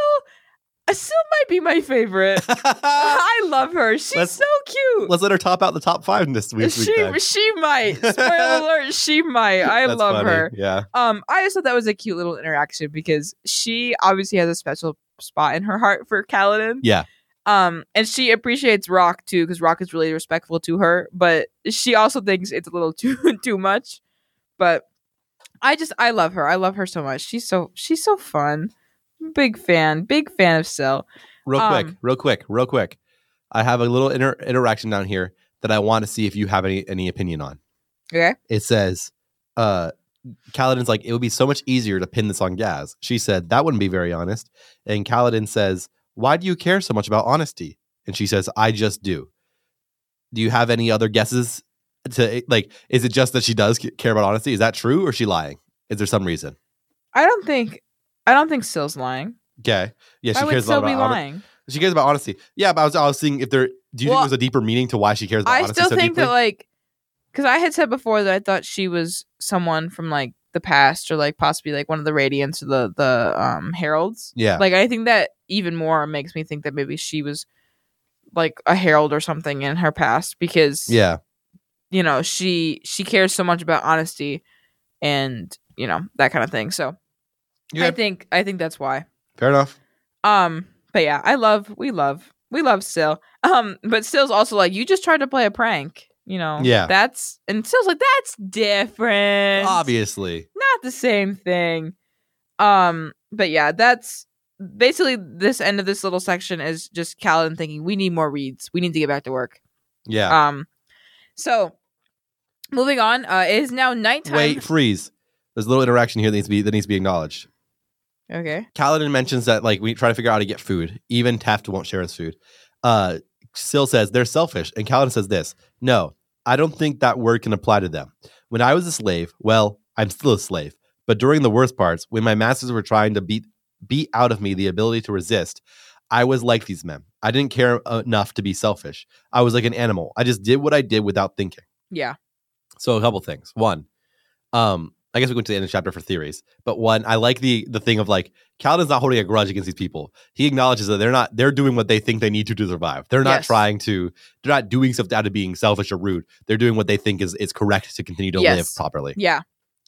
S3: uh, Syl might be my favorite. I love her. She's
S2: Uh, Let's-
S3: so cute.
S2: Let's let her top out the top five in this week's
S3: she
S2: weekend.
S3: she might. Spoiler alert, she might. I
S2: That's
S3: love
S2: funny.
S3: her.
S2: Yeah.
S3: Um, I just thought that was a cute little interaction because she obviously has a special spot in her heart for Kaladin.
S2: Yeah.
S3: Um, and she appreciates Rock too because Rock is really respectful to her, but she also thinks it's a little too too much. But I just I love her. I love her so much. She's so she's so fun. Big fan. Big fan of Syl.
S2: Real quick,
S3: Um,
S2: real quick, real quick. I have a little inter- interaction down here that I want to see if you have any any opinion on.
S3: Okay.
S2: It says, uh, Kaladin's like, it would be so much easier to pin this on Gaz. She said, that wouldn't be very honest. And Kaladin says, why do you care so much about honesty? And she says, I just do. Do you have any other guesses? To like, is it just that she does c- care about honesty? Is that true, or is she lying? Is there some reason?
S3: I don't think I don't think Syl's lying.
S2: Okay, yeah, she
S3: I would
S2: cares a lot
S3: still be
S2: about hon-
S3: lying.
S2: She cares about honesty. Yeah, but I was, I was thinking if there. Do you
S3: Well,
S2: think there's a deeper meaning to why she cares about
S3: I
S2: honesty
S3: still
S2: so
S3: think
S2: deeply?
S3: that like because I had said before that I thought she was someone from like the past or like possibly like one of the Radiants or the the um heralds.
S2: yeah,
S3: Like I think that even more makes me think that maybe she was like a herald or something in her past because
S2: yeah,
S3: you know she she cares so much about honesty and you know that kind of thing. So
S2: yeah.
S3: I think I think that's why.
S2: Fair enough.
S3: Um, but yeah, I love we love we love Still. Um, but Still's also like, you just tried to play a prank, you know.
S2: Yeah.
S3: That's and Still's like, that's different.
S2: Obviously,
S3: Not the same thing. Um, but yeah, that's basically this end of this little section is just Kaladin thinking, we need more reads. We need to get back to work.
S2: yeah.
S3: Um so moving on, uh it is now nighttime.
S2: Wait, freeze. There's a little interaction here that needs to be that needs to be acknowledged.
S3: Okay.
S2: Kaladin mentions that like we try to figure out how to get food. Even Taft won't share his food. Uh, Syl says they're selfish, and Kaladin says this. No, I don't think that word can apply to them. When I was a slave, well, I'm still a slave. But during the worst parts, when my masters were trying to beat beat out of me the ability to resist, I was like these men. I didn't care enough to be selfish. I was like an animal. I just did what I did without thinking.
S3: Yeah.
S2: So a couple things. One, um, I guess we went to the end of the chapter for theories, but one, I like the the thing of like Kaladin's not holding a grudge against these people. He acknowledges that they're not they're doing what they think they need to to survive. They're not
S3: Yes.
S2: trying to they're not doing stuff out of being selfish or rude. They're doing what they think is is correct to continue to live
S3: Yes.
S2: properly.
S3: Yeah.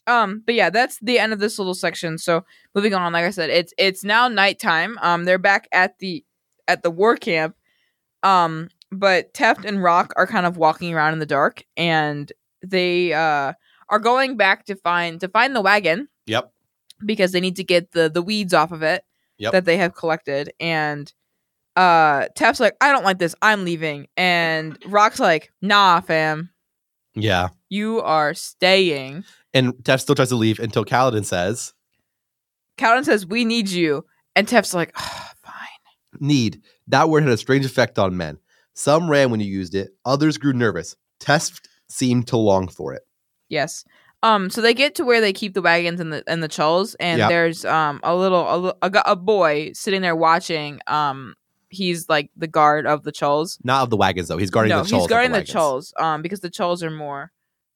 S3: Um, but yeah, that's the end of this little section. So moving on, like I said, it's it's now nighttime. Um, they're back at the at the war camp. Um, but Teft and Rock are kind of walking around in the dark, and they uh are going back to find to find the wagon
S2: Yep.
S3: because they need to get the the weeds off of it
S2: Yep.
S3: that they have collected. And uh, Teft's like, I don't like this. I'm leaving. And Rock's like, Nah, fam,
S2: Yeah.
S3: you are staying.
S2: And Tef still tries to leave until Kaladin says,
S3: Cowden says, "We need you," and Tef's like, "Ah, "Fine."
S2: Need. That word had a strange effect on men. Some ran when you used it, others grew nervous. Test seemed to long for it.
S3: Yes. Um. So they get to where they keep the wagons and the and the chulls, and
S2: Yeah.
S3: there's um a little a, li- a gu- a boy sitting there watching. Um, he's like the guard of the chulls.
S2: Not of the wagons though. He's guarding
S3: no,
S2: the chulls.
S3: he's guarding the,
S2: chulls.
S3: chulls. Um, because the chulls are more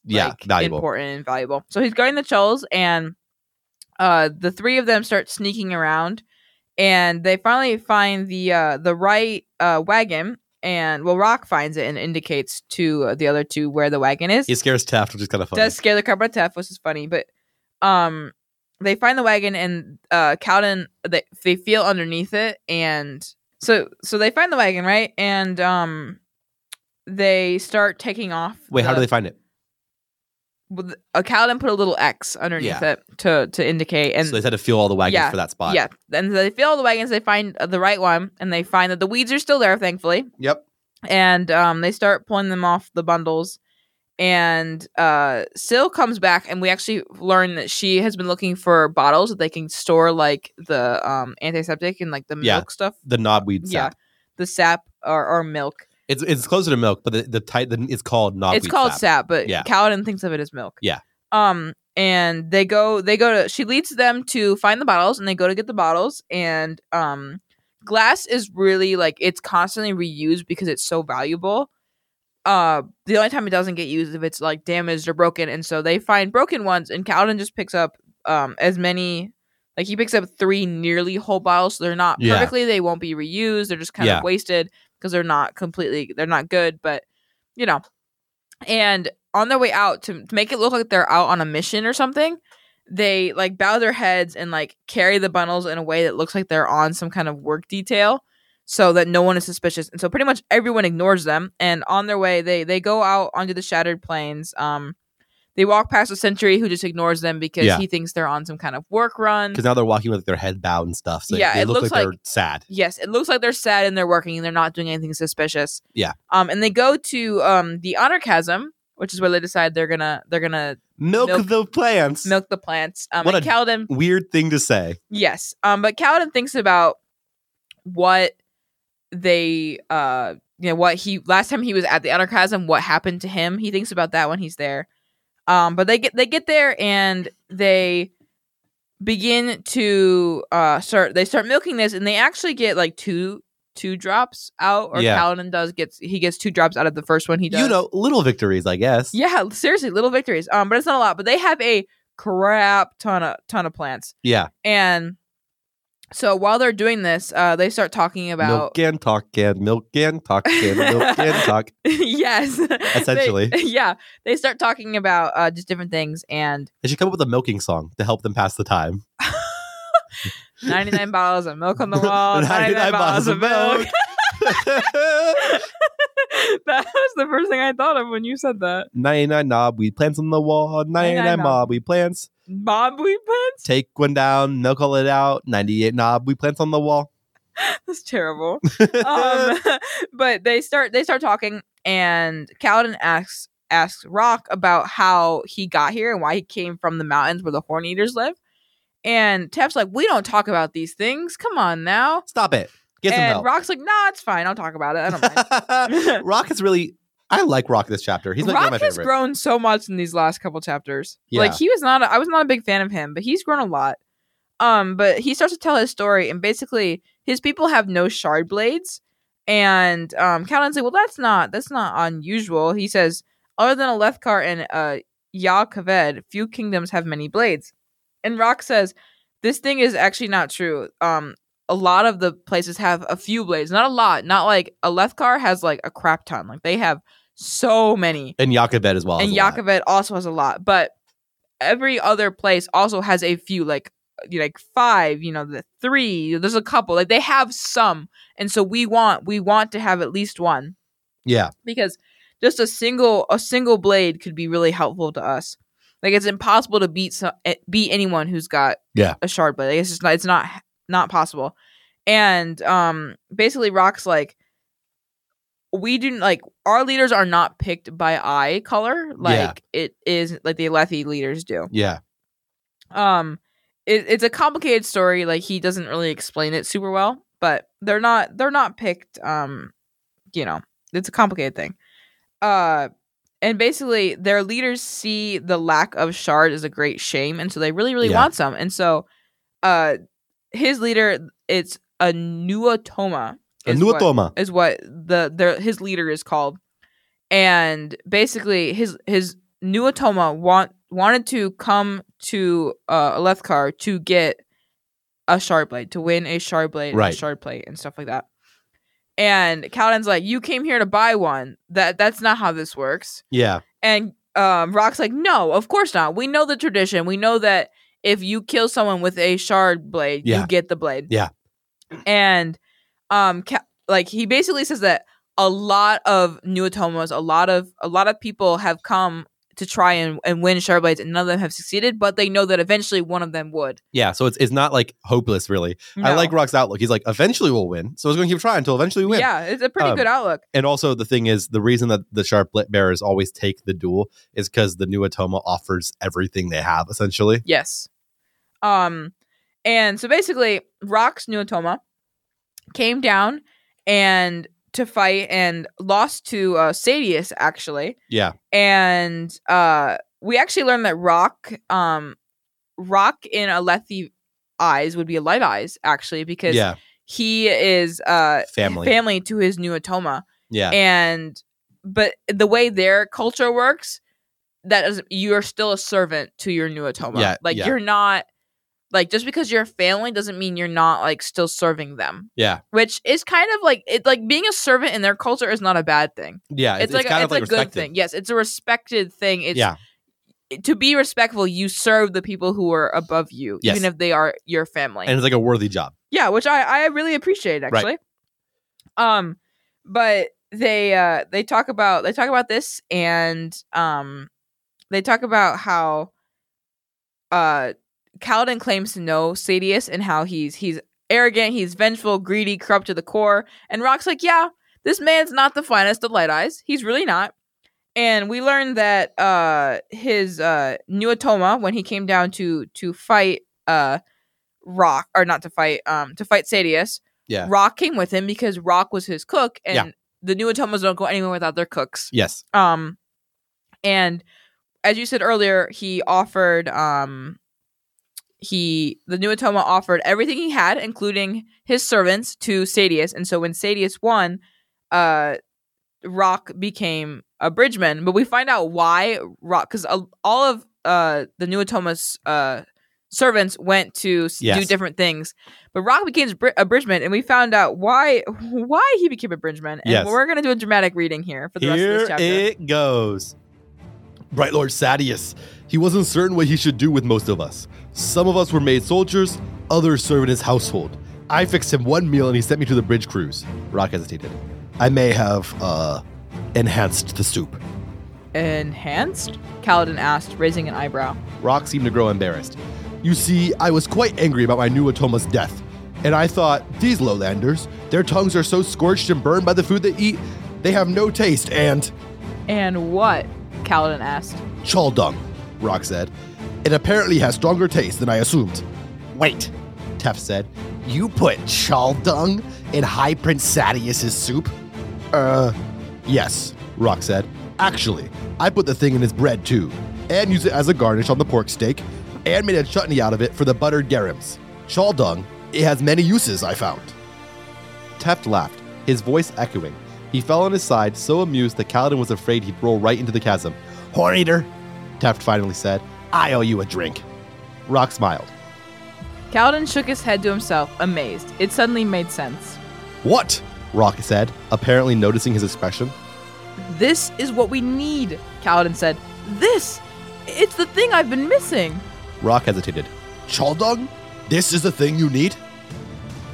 S2: yeah,
S3: like,
S2: valuable.
S3: important and valuable. So he's guarding the Chulls, and uh, the three of them start sneaking around, and they finally find the uh, the right uh, wagon. And well, Rock finds it and indicates to uh, the other two where the wagon is.
S2: He scares Taft, which is kind of funny.
S3: Does scare the crap out of Tef, which is funny, but um, they find the wagon and uh, Cowden they they feel underneath it, and so so they find the wagon right, and um, they start taking off.
S2: Wait, how
S3: the-
S2: do they find it?
S3: with a Kaladin put a little X underneath
S2: Yeah.
S3: it to to indicate and
S2: so they had to fuel all the wagons
S3: yeah,
S2: for that spot.
S3: yeah, and they fill all the wagons. They find uh, the right one, and they find that the weeds are still there, thankfully.
S2: Yep.
S3: And um, they start pulling them off the bundles. And uh, Syl comes back, and we actually learn that she has been looking for bottles that they can store like the um antiseptic and like the milk
S2: Yeah.
S3: stuff.
S2: The knobweed
S3: Yeah,
S2: sap.
S3: the sap or, or milk.
S2: It's it's closer to milk, but the the, type, the it's called knobweed.
S3: it's called sap, but
S2: Yeah.
S3: Kaladin thinks of it as milk.
S2: Yeah.
S3: Um, and they go, they go to. She leads them to find the bottles, and they go to get the bottles. And um, glass is really like it's constantly reused because it's so valuable. Uh, the only time it doesn't get used is if it's like damaged or broken, and so they find broken ones, and Kaladin just picks up um as many. Like he picks up three nearly whole bottles, so they're not
S2: Yeah.
S3: perfectly. They won't be reused. They're just kind
S2: Yeah.
S3: of wasted because they're not completely. They're not good, but you know. And on their way out to, to make it look like they're out on a mission or something, they like bow their heads and like carry the bundles in a way that looks like they're on some kind of work detail so that no one is suspicious. And so pretty much everyone ignores them and on their way they they go out onto the shattered plains. Um they walk past a sentry who just ignores them because
S2: Yeah.
S3: he thinks they're on some kind of work run.
S2: Because now they're walking with their head bowed and stuff. So
S3: Yeah,
S2: they
S3: it
S2: look
S3: looks
S2: like, they're
S3: like-
S2: sad.
S3: Yes, it looks like they're sad and they're working and they're not doing anything suspicious.
S2: Yeah.
S3: Um and they go to um the honor chasm, which is where they decide they're gonna they're gonna
S2: Milk,
S3: Milk-
S2: the plants.
S3: milk the plants. Um
S2: What
S3: and
S2: a-
S3: Kaladin
S2: Weird thing to say.
S3: Yes. Um, but Kaladin thinks about what they uh you know what he last time he was at the Anarchasm, what happened to him. He thinks about that when he's there. Um, but they get they get there and they begin to uh start they start milking this and they actually get like two two drops out or
S2: Yeah.
S3: Kaladin does gets he gets two drops out of the first one he does.
S2: You know, little victories, I guess.
S3: Yeah, seriously, little victories. Um, but it's not a lot. But they have a crap ton of ton of plants.
S2: Yeah.
S3: And so while they're doing this, uh, they start talking about
S2: Milk and talk and milk and talk and milk and talk.
S3: yes, They-
S2: Essentially.
S3: yeah. They start talking about uh, just different things and
S2: They should come up with a milking song to help them pass the time.
S3: ninety nine bottles of milk on the wall, ninety nine bottles of milk. that was the first thing I thought of when you said that.
S2: 99 knob, we plants on the wall. 99
S3: 99
S2: mob, we plants.
S3: Bob Wheat Plants?
S2: Take one down, milk all it out. 98 knob, we plants on the wall.
S3: That's terrible. um, but they start they start talking, and Kaladin asks asks Rock about how he got here and why he came from the mountains where the Horn Eaters live. And Tef's like, we don't talk about these things. Come on now.
S2: Stop it. Get
S3: and
S2: some help.
S3: Rock's like, nah, it's fine. I'll talk about it. I don't mind. mind.
S2: Rock is really. I like Rock this chapter. He's like one
S3: Rock
S2: of my
S3: has
S2: favorites.
S3: grown so much in these last couple chapters.
S2: Yeah.
S3: Like he was not a, I was not a big fan of him, but he's grown a lot. Um, but he starts to tell his story and basically his people have no shard blades. And um Kaladin's like, Well that's not that's not unusual. He says, other than Alethkar and uh Ya'Kaved, few kingdoms have many blades. And Rock says, This thing is actually not true. Um a lot of the places have a few blades, not a lot. Not like Alethkar has like a crap ton. Like they have so many
S2: and Yakubet as well.
S3: and
S2: is a lot.
S3: Yakovet also has a lot, but every other place also has a few, like you know, like five, you know, the three. There's a couple, like they have some, and so we want we want to have at least one
S2: Yeah.
S3: because just a single a single blade could be really helpful to us. Like it's impossible to beat some, eh, beat anyone who's got
S2: Yeah.
S3: a shard blade. Like, it's just not it's not not possible. And um basically rocks like we do like our leaders are not picked by eye color like it is like the Alethi leaders do.
S2: Yeah.
S3: Um it, it's a complicated story like he doesn't really explain it super well, but they're not they're not picked um you know, it's a complicated thing. Uh and basically their leaders see the lack of shard as a great shame and so they really really
S2: Yeah.
S3: want some. And so uh his leader it's a nuatoma. is what-
S2: Anuatoma.
S3: is what the their his leader is called and basically his his Nuatoma want wanted to come to uh, Alethkar to get a shard blade to win a shard blade, and
S2: Right.
S3: a shard plate, and stuff like that. And Kaladin's like, "You came here to buy one. That that's not how this works."
S2: Yeah.
S3: And um, Rock's like, no, of course not. We know the tradition. We know that if you kill someone with a shard blade,
S2: Yeah.
S3: you get the blade.
S2: Yeah.
S3: And um, ca- like he basically says that a lot of new atomos, a lot of a lot of people have come to try and, and win shard blades, and none of them have succeeded. But they know that eventually one of them would.
S2: Yeah. So it's, it's not like hopeless, really. I
S3: No.
S2: like Rock's outlook. He's like, eventually we'll win. So I was going to keep trying until eventually we win.
S3: Yeah, it's a pretty
S2: Um,
S3: good outlook.
S2: And also, the thing is, the reason that the sharp lit bearers always take the duel is because the new Atoma offers everything they have, essentially.
S3: Yes. Um, and so basically, Rock's Nuatoma came down and to fight and lost to uh, Sadius actually,
S2: Yeah.
S3: and uh, we actually learned that Rock, um, Rock in Alethi eyes would be a light eyes actually because
S2: Yeah.
S3: he is uh
S2: Family.
S3: family to his Nuatoma,
S2: yeah.
S3: and but the way their culture works that is you're still a servant to your new atoma
S2: Yeah,
S3: like
S2: yeah.
S3: you're not like just because you're family doesn't mean you're not like still serving them
S2: yeah.
S3: which is kind of like it like being a servant in their culture is not a bad thing
S2: Yeah.
S3: it's, like a-
S2: kind
S3: it's
S2: of like
S3: a good
S2: respected.
S3: thing yes it's a respected thing it's
S2: yeah.
S3: to be respectful you serve the people who are above you
S2: Yes.
S3: even if they are your family
S2: And it's like a worthy job.
S3: yeah, which I I really appreciate actually. Um, but they uh they talk about they talk about this and um they talk about how uh Kaladin claims to know Sadius and how he's he's arrogant, he's vengeful, greedy, corrupt to the core, and Rock's like, yeah, this man's not the finest of light eyes. He's really not. And we learned that uh his uh Nuatoma, when he came down to to fight uh Rock or not to fight um to fight Sadius,
S2: Yeah.
S3: Rock came with him because Rock was his cook and
S2: Yeah.
S3: the Nuatomas don't go anywhere without their cooks.
S2: Yes.
S3: Um and as you said earlier, he offered um he the Nuatoma offered everything he had, including his servants, to Sadius. And so when Sadius won, uh Rock became a bridgeman. But we find out why Rock because all of uh the Nuatoma's uh servants went to s- do
S2: Yes.
S3: different things. But Rock became a bri- a bridgeman, and we found out why why he became a bridgeman. And
S2: Yes.
S3: we're gonna do a dramatic reading here for the rest of this
S2: Here
S3: chapter.
S2: it goes. Bright Lord Sadius. He wasn't certain what he should do with most of us. Some of us were made soldiers, others serve in his household. I fixed him one meal and he sent me to the bridge cruise. Rock hesitated. I may have, uh, enhanced the soup.
S3: Enhanced? Kaladin asked, raising an eyebrow.
S2: Rock seemed to grow embarrassed. You see, I was quite angry about my new Atoma's death, and I thought, these lowlanders, their tongues are so scorched and burned by the food they eat, they have no taste and.
S3: And what? Kaladin asked.
S2: Chal dung, Rock said. It apparently has stronger taste than I assumed. Wait, Tef said. You put chal dung in High Prince Sadius's soup? Uh, yes, Rock said. Actually, I put the thing in his bread too, and use it as a garnish on the pork steak, and made a chutney out of it for the buttered darims. Chal dung, it has many uses, I found. Teft laughed, his voice echoing. He fell on his side, so amused that Kaladin was afraid he'd roll right into the chasm. Horn eater, Teft finally said. I owe you a drink. Rock smiled.
S3: Kaladin shook his head to himself, amazed. It suddenly made sense.
S2: What? Rock said, apparently noticing his expression.
S3: This is what we need, Kaladin said. This! It's the thing I've been missing!
S2: Rock hesitated. Chaldung? This is the thing you need?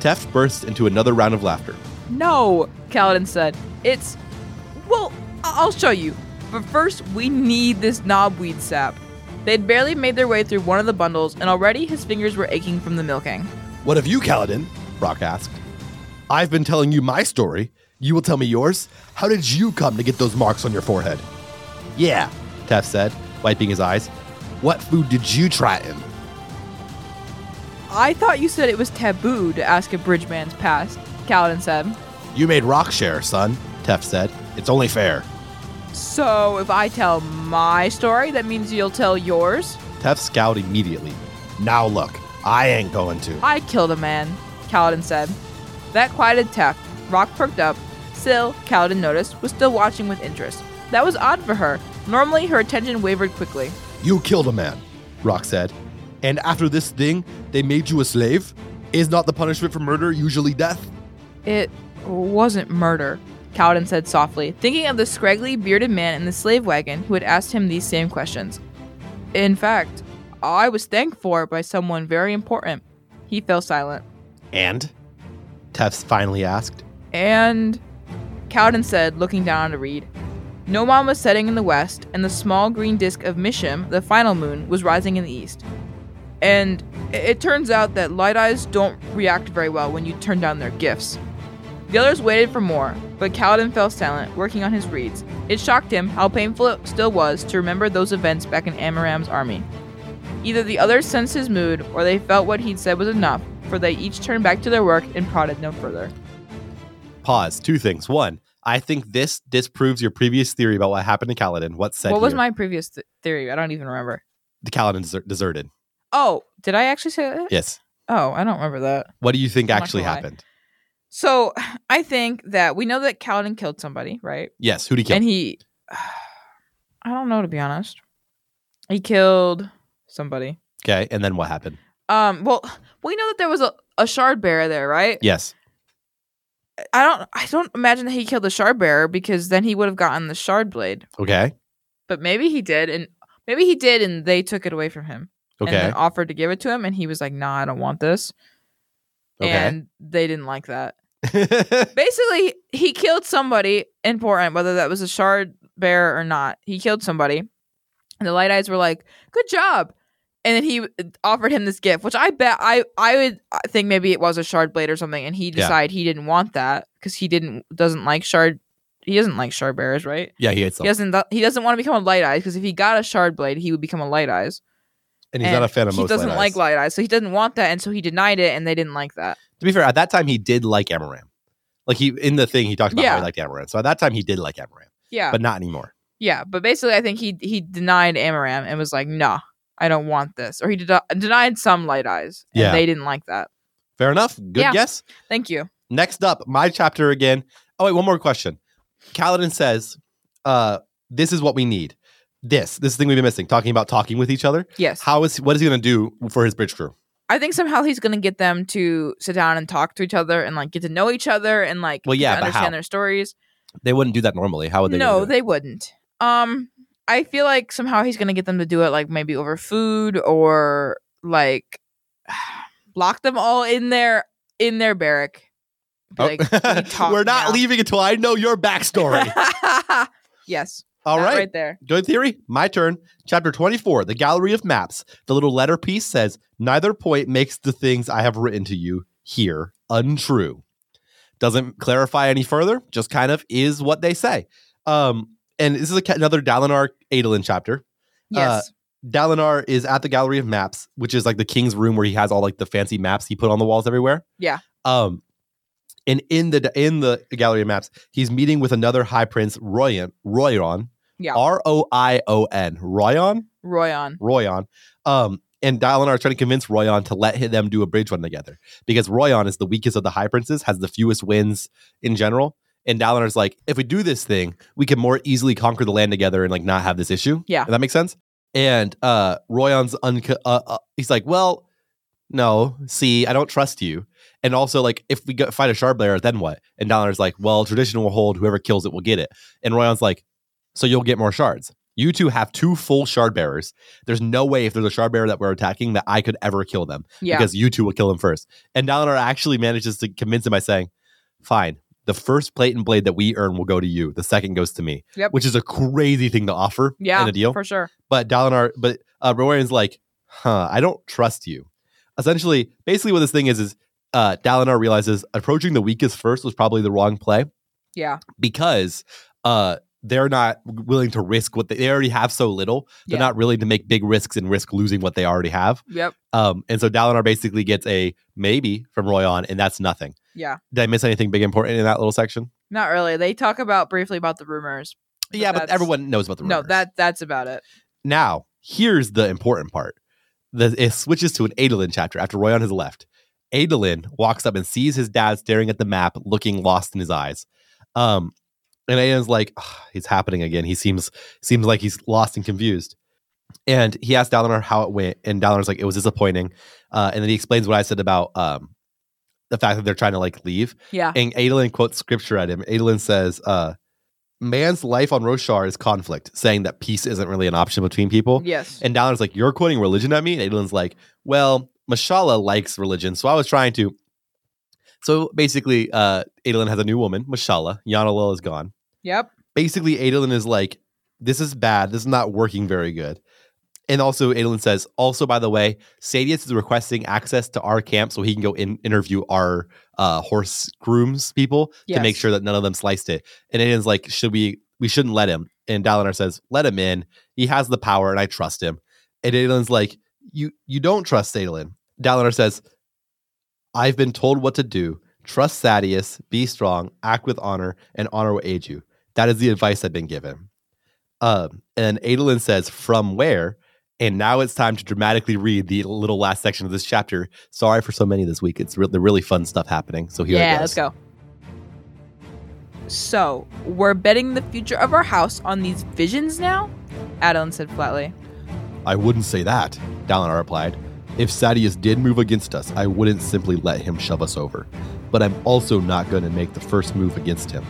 S2: Teft burst into another round of laughter.
S3: No, Kaladin said. It's. Well, I- I'll show you. But first, we need this knobweed sap. They'd barely made their way through one of the bundles, and already his fingers were aching from the milking.
S2: What of you, Kaladin? Rock asked. I've been telling you my story. You will tell me yours? How did you come to get those marks on your forehead? Yeah, Tef said, wiping his eyes. What food did you try in?
S3: I thought you said it was taboo to ask a bridge man's past, Kaladin said.
S2: You made rock share, son, Tef said. It's only fair.
S3: So if I tell my story, that means you'll tell yours?
S2: Tef scowled immediately. Now look, I ain't going to.
S3: I killed a man, Kaladin said. That quieted Tef. Rock perked up. Still, Kaladin noticed, was still watching with interest. That was odd for her. Normally, her attention wavered quickly.
S2: You killed a man, Rock said. And after this thing, they made you a slave? Is not the punishment for murder usually death?
S3: It wasn't murder, Cowden said softly, thinking of the scraggly bearded man in the slave wagon who had asked him these same questions. In fact, I was thanked for it by someone very important. He fell silent.
S2: And? Tefs finally asked.
S3: And Cowden said, looking down on the reed. Noman was setting in the west, and the small green disk of Mishim, the final moon, was rising in the east. And it turns out that light eyes don't react very well when you turn down their gifts. The others waited for more, but Kaladin fell silent, working on his reeds. It shocked him how painful it still was to remember those events back in Amaram's army. Either the others sensed his mood, or they felt what he'd said was enough, for they each turned back to their work and prodded no further.
S2: Pause. Two things. One, I think this disproves your previous theory about what happened to Kaladin. What said?
S3: What was
S2: here.
S3: my previous th- theory? I don't even remember.
S2: The Kaladin deser- deserted.
S3: Oh, did I actually say that?
S2: Yes.
S3: Oh, I don't remember that.
S2: What do you think
S3: I'm not
S2: actually
S3: gonna lie.
S2: happened?
S3: So I think that we know that Kaladin killed somebody, right?
S2: Yes. Who did he kill?
S3: And he, I don't know to be honest. He killed somebody.
S2: okay. And then what happened?
S3: Um. Well, we know that there was a, a shard bearer there, right?
S2: Yes.
S3: I don't. I don't imagine that he killed the shard bearer because then he would have gotten the shard blade.
S2: Okay.
S3: But maybe he did, and maybe he did, and they took it away from him
S2: Okay.
S3: and then offered to give it to him, and he was like, "Nah, I don't want this," and they didn't like that.
S2: okay.
S3: basically he killed somebody important whether that was a shard bearer or not he killed somebody and the light eyes were like good job and then he offered him this gift which i bet i i would uh, think maybe it was a shard blade or something and he
S2: Yeah.
S3: decided he didn't want that because he didn't doesn't like shard he doesn't like shard bearers right
S2: yeah, he hates them.
S3: he doesn't he doesn't want to become a light eyes because if he got a shard blade he would become a light eyes
S2: and he's not a fan of
S3: he
S2: most
S3: doesn't
S2: Light Eyes.
S3: like light eyes so he didn't want that and so he denied it and they didn't like that
S2: To be fair, at that time he did like Amaram. Like he in the thing he talked about how
S3: Yeah.
S2: he liked Amaram. So at that time he did like Amaram,
S3: yeah
S2: but not anymore.
S3: Yeah, but basically, I think he he denied Amaram and was like, "Nah, I don't want this," or he did, denied some light eyes, and
S2: Yeah.
S3: they didn't like that.
S2: Fair enough. Good
S3: Yeah.
S2: guess.
S3: Thank you.
S2: Next up, my chapter again. Oh, wait, one more question. Kaladin says, uh, this is what we need. This, this thing we've been missing, talking about talking with each other.
S3: Yes,
S2: How is what is he gonna do for his bridge crew?
S3: I think somehow he's gonna get them to sit down and talk to each other and like get to know each other and like
S2: Well,
S3: get
S2: yeah,
S3: to
S2: but
S3: understand
S2: how?
S3: their stories.
S2: They wouldn't do that normally. How would they do
S3: no,
S2: that?
S3: they wouldn't. Um, I feel like somehow he's gonna get them to do it like maybe over food or like lock them all in their in their barrack. Be
S2: Oh.
S3: like, "We talk
S2: We're not
S3: now."
S2: leaving until I know your backstory.
S3: yes.
S2: All
S3: that
S2: right. Uh,
S3: right there.
S2: Good theory. My turn. Chapter 24, The Gallery of Maps. The little letter piece says, Neither point makes the things I have written to you here untrue. Doesn't clarify any further, just kind of is what they say. Um, and this is a, ca- another Dalinar Adolin chapter.
S3: Yes.
S2: Dalinar is at the Gallery of Maps, which is like the king's room where he has all like the fancy maps he put on the walls everywhere.
S3: Yeah.
S2: Um, and in the in the Gallery of Maps, he's meeting with another High Prince Royan Royon.
S3: Yeah.
S2: R O I O N Royon
S3: Royon.
S2: Royon. Um, and Dalinar is trying to convince Royon to let hi- them do a bridge run together because Royon is the weakest of the High Princes, has the fewest wins in general. And Dalinar's like, if we do this thing, we can more easily conquer the land together and like not have this issue.
S3: Yeah.
S2: Does that make sense? And uh, Royon's unco- uh, uh, he's like, well, no, see, I don't trust you. And also, like, if we go- fight a shard player, then what? And Dalinar's like, well, tradition will hold. Whoever kills it will get it. And Royon's like, so you'll get more shards. You two have two full shard bearers. There's no way if there's a shard bearer that we're attacking that I could ever kill them
S3: Yeah.
S2: because you two will kill him first. And Dalinar actually manages to convince him by saying, "Fine, the first plate and blade that we earn will go to you. The second goes to me."
S3: Yep.
S2: Which is a crazy thing to offer.
S3: yeah.
S2: And a deal.
S3: For sure.
S2: but Dalinar, but uh, Rowan's like, "Huh, I don't trust you." Essentially, basically, what this thing is is uh, Dalinar realizes approaching the weakest first was probably the wrong play
S3: Yeah.
S2: because uh they're not willing to risk what they, they already have so little. They're
S3: Yeah.
S2: not willing to make big risks and risk losing what they already have.
S3: Yep.
S2: Um, and so Dalinar basically gets a maybe from Royon, and that's nothing.
S3: Yeah.
S2: Did I miss anything big important in that little section?
S3: Not really. They talk about briefly about the rumors. But
S2: yeah, but
S3: that's-
S2: everyone knows about the
S3: No,
S2: rumors.
S3: that that's about it.
S2: now here's the important part. The, it switches to an Adolin chapter after Royon has left. Adolin walks up and sees his dad staring at the map, looking lost in his eyes. Um, And Aiden's like, "Ugh, it's happening again. He seems seems like he's lost and confused. And he asked Dalinar how it went, and Dalinor's like, it was disappointing. Uh, and then he explains what I said about um, the fact that they're trying to like leave.
S3: Yeah.
S2: And Adolin quotes scripture at him. Adolin says, uh, man's life on Roshar is conflict, saying that peace isn't really an option between people.
S3: Yes.
S2: And Dalinor's like, you're quoting religion at me? And Adolin's like, well, Mashallah likes religion, so I was trying to. So basically, uh, Adolin has a new woman, Mashallah. Yanalil is gone.
S3: Yep.
S2: Basically, Adolin is like, this is bad. This is not working very good. And also, Adolin says, also, by the way, Sadius is requesting access to our camp so he can go in interview our uh, horse grooms people to make
S3: Yes.
S2: sure that none of them sliced it. And Adolin's like, should we, we shouldn't let him. And Dalinar says, let him in. He has the power and I trust him. And Adolin's like, you, you don't trust Adolin. Dalinar says, I've been told what to do. Trust Sadius, be strong, act with honor, and honor will aid you. That is the advice I've been given. Um, and Adolin says, From where? And now it's time to dramatically read the little last section of this chapter. Sorry for so many this week. It's re- the really fun stuff happening. So here it
S3: yeah,
S2: goes.
S3: let's go. So, we're betting the future of our house on these visions now? Adeline said flatly.
S2: I wouldn't say that, Dalinar replied. If Sadius did move against us, I wouldn't simply let him shove us over. But I'm also not going to make the first move against him.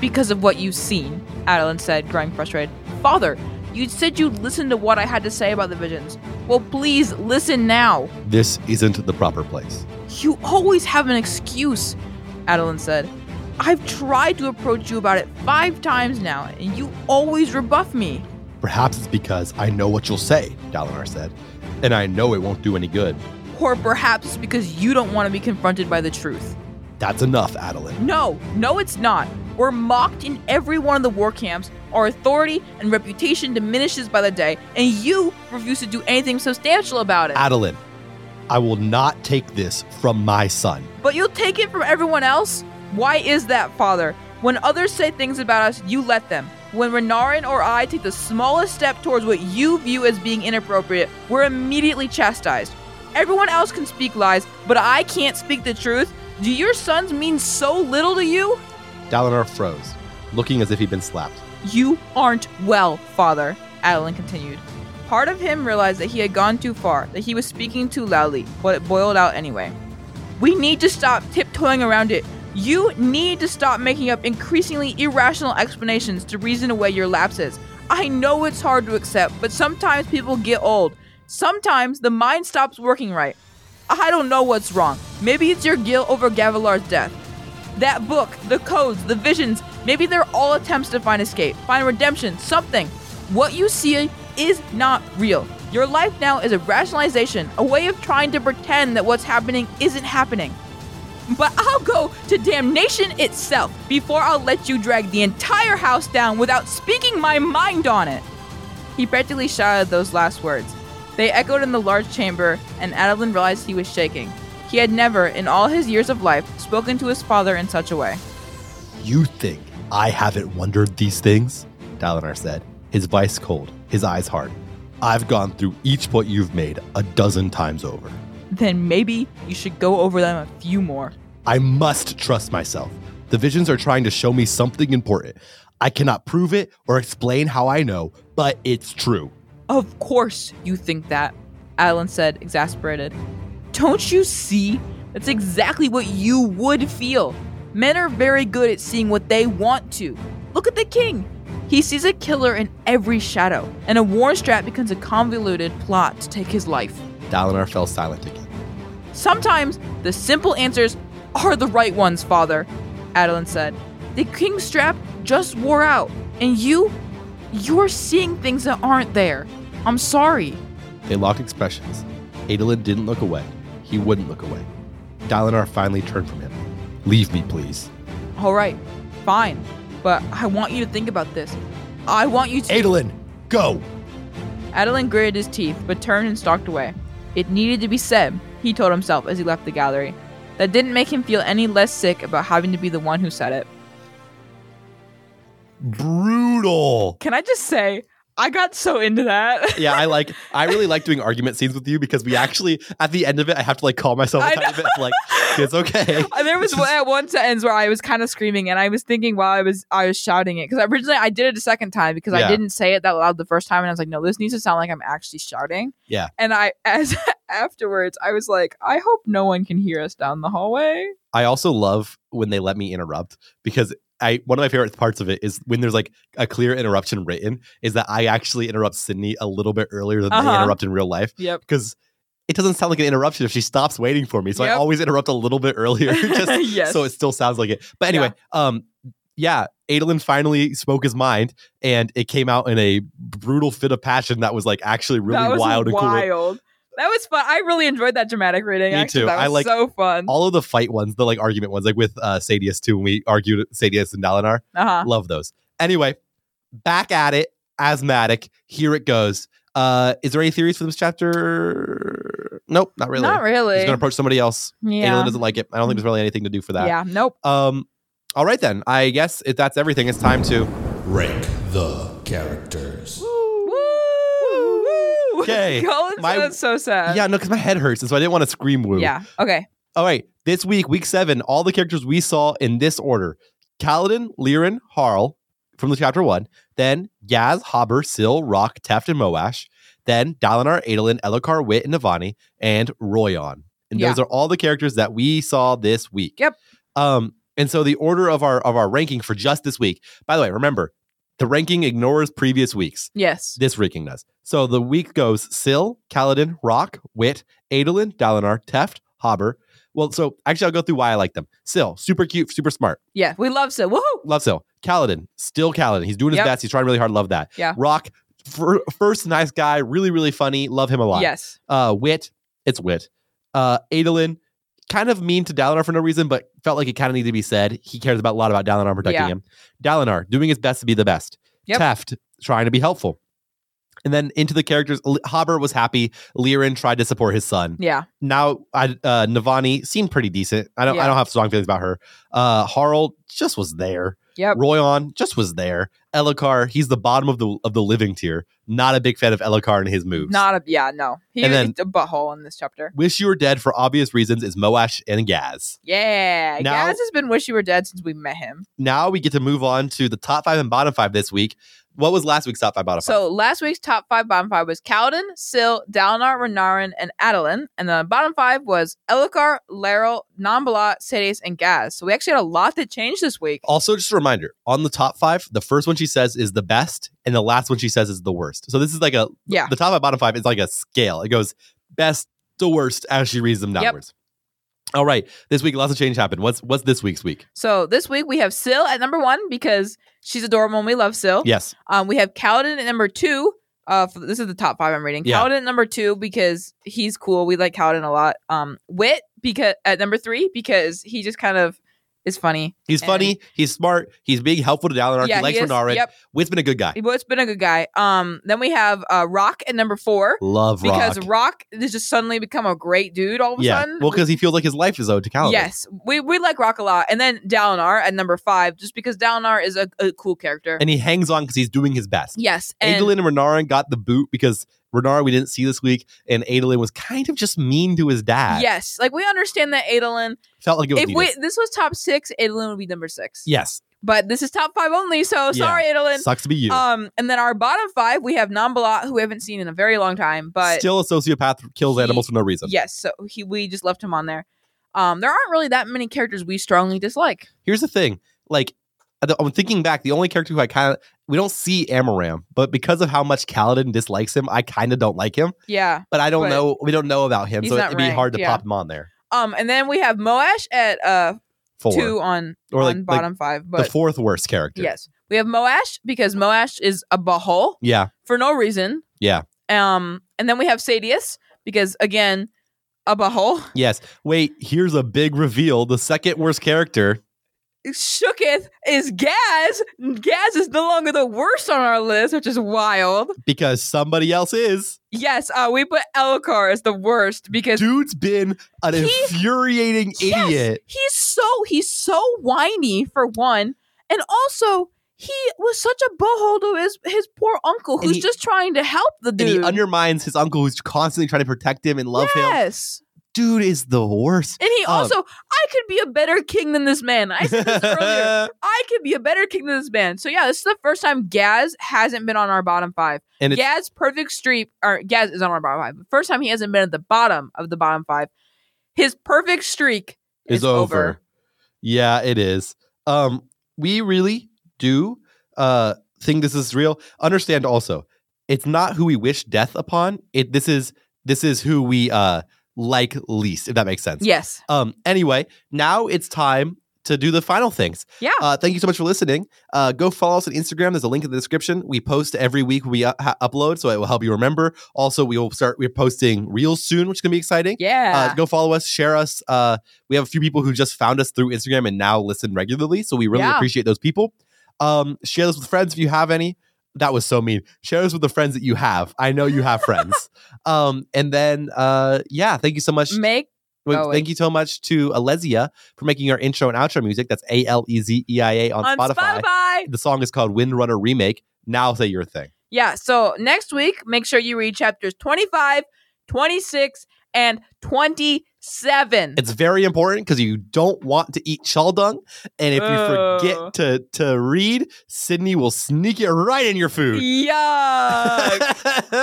S3: Because of what you've seen, Adeline said, growing frustrated. Father, you said you'd listen to what I had to say about the visions. Well, please listen now.
S2: This isn't the proper place.
S3: You always have an excuse, Adeline said. I've tried to approach you about it five times now, and you always rebuff me.
S2: Perhaps it's because I know what you'll say, Dalinar said, and I know it won't do any good.
S3: Or perhaps it's because you don't want to be confronted by the truth.
S2: That's enough, Adeline.
S3: No, no, it's not. We're mocked in every one of the war camps. Our authority and reputation diminishes by the day, and you refuse to do anything substantial about it.
S2: Adeline, I will not take this from my son.
S3: But you'll take it from everyone else? Why is that, Father? When others say things about us, you let them. When Renarin or I take the smallest step towards what you view as being inappropriate, we're immediately chastised. Everyone else can speak lies, but I can't speak the truth. Do your sons mean so little to you?
S2: Dalinar froze, looking as if he'd been slapped.
S3: You aren't well, father, Adeline continued. Part of him realized that he had gone too far, that he was speaking too loudly, but it boiled out anyway. We need to stop tiptoeing around it. You need to stop making up increasingly irrational explanations to reason away your lapses. I know it's hard to accept, but sometimes people get old. Sometimes the mind stops working right. I don't know what's wrong. Maybe it's your guilt over Gavilar's death. That book, the codes, the visions, maybe they're all attempts to find escape, find redemption, something. What you see is not real. Your life now is a rationalization, a way of trying to pretend that what's happening isn't happening. But I'll go to damnation itself before I'll let you drag the entire house down without speaking my mind on it. He practically shouted those last words. They echoed in the large chamber, and Adeline realized he was shaking. He had never, in all his years of life, spoken to his father in such a way.
S2: You think I haven't wondered these things? Dalinar said, his voice cold, his eyes hard. I've gone through each point you've made a dozen times over.
S3: Then maybe you should go over them a few more.
S2: I must trust myself. The visions are trying to show me something important. I cannot prove it or explain how I know, but it's true.
S3: Of course you think that, Adeline said, exasperated. Don't you see? That's exactly what you would feel. Men are very good at seeing what they want to. Look at the king. He sees a killer in every shadow, and a war strap becomes a convoluted plot to take his life.
S2: Dalinar fell silent again.
S3: Sometimes the simple answers are the right ones, father, Adeline said. The king's strap just wore out, and you. you're seeing things that aren't there. I'm sorry.
S2: They locked expressions. Adolin didn't look away. He wouldn't look away. Dalinar finally turned from him. Leave me, please.
S3: All right, fine, but I want you to think about this. I want you to.
S2: Adolin, go!
S3: Adeline gritted his teeth, but turned and stalked away. It needed to be said, he told himself as he left the gallery. That didn't make him feel any less sick about having to be the one who said it.
S2: Brutal.
S3: Can I just say, I got so into that.
S2: Yeah, I like. I really like doing argument scenes with you because we actually, at the end of it, I have to like call myself
S3: I
S2: a tiny
S3: know.
S2: bit. Like it's okay.
S3: Uh, there was
S2: This
S3: one at one sentence where I was kind of screaming, and I was thinking while I was I was shouting it because originally I did it a second time because
S2: Yeah.
S3: I didn't say it that loud the first time, and I was like, no, this needs to sound like I'm actually shouting.
S2: Yeah.
S3: And I as afterwards I was like, I hope no one can hear us down the hallway.
S2: I also love when they let me interrupt because I one of my favorite parts of it is when there's like a clear interruption written is that I actually interrupt Sydney a little bit earlier than they
S3: Uh-huh.
S2: interrupt in real life
S3: Yep.
S2: because it doesn't sound like an interruption if she stops waiting for me. So I
S3: Yep.
S2: always interrupt a little bit earlier just
S3: yes.
S2: so it still sounds like it. But anyway, um yeah, Adolin finally spoke his mind and it came out in a brutal fit of passion that was like actually really
S3: that was
S2: wild and cool.
S3: wild. That was fun. I really enjoyed that dramatic reading.
S2: Me
S3: actually.
S2: too.
S3: That was
S2: I like-
S3: so fun.
S2: All of the fight ones, the like argument ones, like with uh Sadius too, when we argued Sadius and Dalinar.
S3: Uh-huh.
S2: Love those. Anyway, back at it, asthmatic. Here it goes. Uh, is there any theories for this chapter? Nope, not really.
S3: Not really.
S2: He's gonna approach somebody else.
S3: yeah.
S2: Adolin doesn't like it. I don't think there's really anything to do for that.
S3: Yeah. Nope.
S2: Um. All right then. I guess if that's everything, it's time to.
S1: Rank the characters.
S3: Woo! Woo!
S2: Okay.
S3: Colin
S2: My-
S3: sounded so sad.
S2: yeah, no, because my head hurts, and so I didn't want to scream woo.
S3: Uh, Yeah. Okay.
S2: All right. This week, week seven, all the characters we saw in this order: Kaladin, Liren, Harl from the chapter one, then Yaz, Haber, Sil, Rock, Teft, and Moash, then Dalinar, Adolin, Elokar, Wit, and Navani, and Royon. And those are all the characters that we saw this week.
S3: Yep.
S2: Um, and so the order of our of our ranking for just this week. By the way, remember, the ranking ignores previous weeks.
S3: Yes.
S2: This ranking does. So the week goes Sil, Kaladin, Rock, Wit, Adolin, Dalinar, Teft, Haber. Well, so actually, I'll go through why I like them. Sil, super cute, super smart.
S3: Yeah. We love Sid. Woohoo!
S2: Love Sil. Kaladin, still Kaladin. He's doing his
S3: Yep.
S2: best. He's trying really hard. Love that.
S3: Yeah.
S2: Rock, fir- first nice guy, really, really funny. Love him a lot.
S3: Yes.
S2: Uh, Wit, it's Wit. Uh, Adolin, kind of mean to Dalinar for no reason, but felt like it kind of needed to be said. He cares about a lot about Dalinar protecting
S3: Yeah.
S2: him. Dalinar doing his best to be the best.
S3: Yep.
S2: Teft trying to be helpful. And then into the characters, L- Haber was happy. Liren tried to support his son.
S3: Yeah.
S2: Now, I, uh, Navani seemed pretty decent. I don't, I
S3: Yeah.
S2: don't have strong feelings about her. Uh, Harl just was there.
S3: Yep.
S2: Royon just was there. Elokar, he's the bottom of the of the living tier. Not a big fan of Elokar and his moves.
S3: Not a. Yeah. No. He
S2: And
S3: was
S2: then-
S3: a butthole in this chapter.
S2: Wish You Were Dead for obvious reasons is Moash and Gaz.
S3: Yeah.
S2: Now-
S3: Gaz has been wish you were dead since we met him.
S2: Now we get to move on to the top five and bottom five this week. What was last week's top five bottom
S3: So last week's top five bottom five was Kaladin, Sil, Dalinar, Renarin, and Adeline. And the bottom five was Elikar, Laryl, Nambala, Sedes, and Gaz. So we actually had a lot that changed this week.
S2: Also, just a reminder on the top five, the first one she says is the best, and the last one she says is the worst. So this is like a
S3: Yeah.
S2: the top five, bottom five is like a scale. It goes best to worst as she reads them
S3: Yep.
S2: downwards. All right, this week lots of change happened. What's what's this week's week?
S3: So this week we have Sil at number one because she's adorable and we love Sil.
S2: Yes,
S3: Um, we have Kaladin at number two. Uh, f- this is the top five I'm reading.
S2: Yeah.
S3: Kaladin at number two because he's cool. We like Kaladin a lot. Um, Wit because at number three because he just kind of is funny.
S2: he's
S3: And-
S2: funny, he's smart, he's being helpful to Dalinar. he likes
S3: is-
S2: Renarin.
S3: Yep,
S2: Wit's been a good guy.
S3: he- Wit's been a good guy. Um, then we have uh Rock at number four
S2: Love
S3: because
S2: Rock.
S3: Rock has just suddenly become a great dude all of a
S2: yeah,
S3: sudden.
S2: well, because he feels like his life is owed to Kaladin.
S3: Yes, we, we like Rock a lot, and then Dalinar at number five, just because Dalinar is a, a cool character.
S2: and he hangs on because he's doing his best.
S3: yes, and
S2: Adolin and Renarin got the boot because Renarin we didn't see this week, and Adolin was kind of just mean to his dad.
S3: Yes, like we understand that Adolin.
S2: felt like it was
S3: If
S2: needed.
S3: we, this was top six, Adolin would be number six.
S2: Yes,
S3: but this is top five only, so sorry, Adolin.
S2: sucks to be you.
S3: Um, and then our bottom five, we have Nambalat, who we haven't seen in a very long time, but
S2: Still a sociopath who kills
S3: he-
S2: animals for no reason.
S3: yes, so he we just left him on there. Um, there aren't really that many characters we strongly dislike.
S2: Here's the thing, like I don't- I'm thinking back, the only character who I kind of we don't see Amaram, but because of how much Kaladin dislikes him, I kind of don't like him.
S3: Yeah.
S2: But I don't
S3: But
S2: know, we don't know about him,
S3: he's
S2: so
S3: not
S2: it'd be hard
S3: ranked,
S2: to
S3: yeah.
S2: pop him on there.
S3: Um, and then we have Moash at uh
S2: Four
S3: two on
S2: or like,
S3: on
S2: like
S3: bottom five,
S2: the
S3: but
S2: fourth worst character.
S3: yes, we have Moash because Moash is a bahol
S2: Yeah.
S3: for no reason.
S2: Yeah.
S3: Um, and then we have Sadius because again, a bahol.
S2: Yes. Wait, here's a big reveal. The second worst character
S3: shooketh is Gaz. Gaz is no longer the worst on our list, which is wild.
S2: because somebody else is.
S3: Yes, uh, we put Elkar as the worst because
S2: Dude's been an
S3: He-
S2: infuriating
S3: Yes!
S2: idiot.
S3: he's so he's so whiny for one, and also he was such a boho to his his poor uncle
S2: And
S3: who's
S2: he-
S3: just trying to help the dude.
S2: And he undermines his uncle who's constantly trying to protect him and love him.
S3: yes.
S2: Dude is the worst.
S3: And he
S2: Um,
S3: also, I could be a better king than this man. I said this earlier. I could be a better king than this man. So yeah, this is the first time Gaz hasn't been on our bottom five.
S2: and it's
S3: Gaz perfect streak or Gaz is on our bottom five. The first time he hasn't been at the bottom of the bottom five. His perfect streak
S2: is
S3: is
S2: over.
S3: over.
S2: Yeah, it is. Um, we really do uh think this is real. Understand also, it's not who we wish death upon. It this is this is who we uh like least, if that makes sense.
S3: Yes.
S2: Um, anyway, now it's time to do the final things.
S3: Yeah.
S2: Uh, thank you so much for listening. Uh, go follow us on Instagram. There's a link in the description. We post every week. We uh, ha- upload, so it will help you remember. Also, we will start. We're posting reels soon, which is gonna be exciting.
S3: Yeah.
S2: Uh, go follow us, share us. Uh, we have a few people who just found us through Instagram and now listen regularly. So we really
S3: Yeah.
S2: appreciate those people. Um, share this with friends if you have any. That was so mean. Share this with the friends that you have. I know you have friends. Um, and then, uh, yeah, thank you so much.
S3: Make
S2: Well,
S3: going.
S2: thank you so much to Alezia for making our intro and outro music. That's A L E Z E I A on,
S3: on
S2: Spotify.
S3: Spotify.
S2: The song is called Windrunner Remake. Now say your thing.
S3: Yeah. So next week, make sure you read chapters 25, 26, and 27.
S2: It's very important because you don't want to eat chaldung, and if you
S3: Oh.
S2: forget to to read, Sydney will sneak it right in your food.
S3: Yuck.
S2: She's
S3: Ew.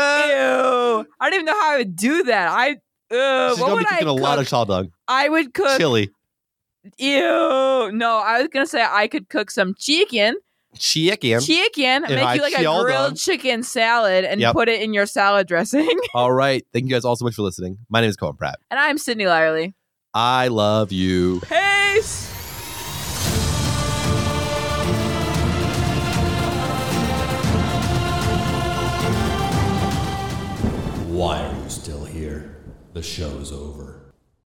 S3: I don't even know how I would do that. I uh, what
S2: gonna be
S3: would I
S2: cooking
S3: cook?
S2: a lot of chaldung,
S3: I would cook.
S2: chili,
S3: Ew. No, I was gonna say I could cook some chicken.
S2: chicken.
S3: Chicken.
S2: If
S3: make
S2: I
S3: you like a
S2: chilled
S3: grilled
S2: on-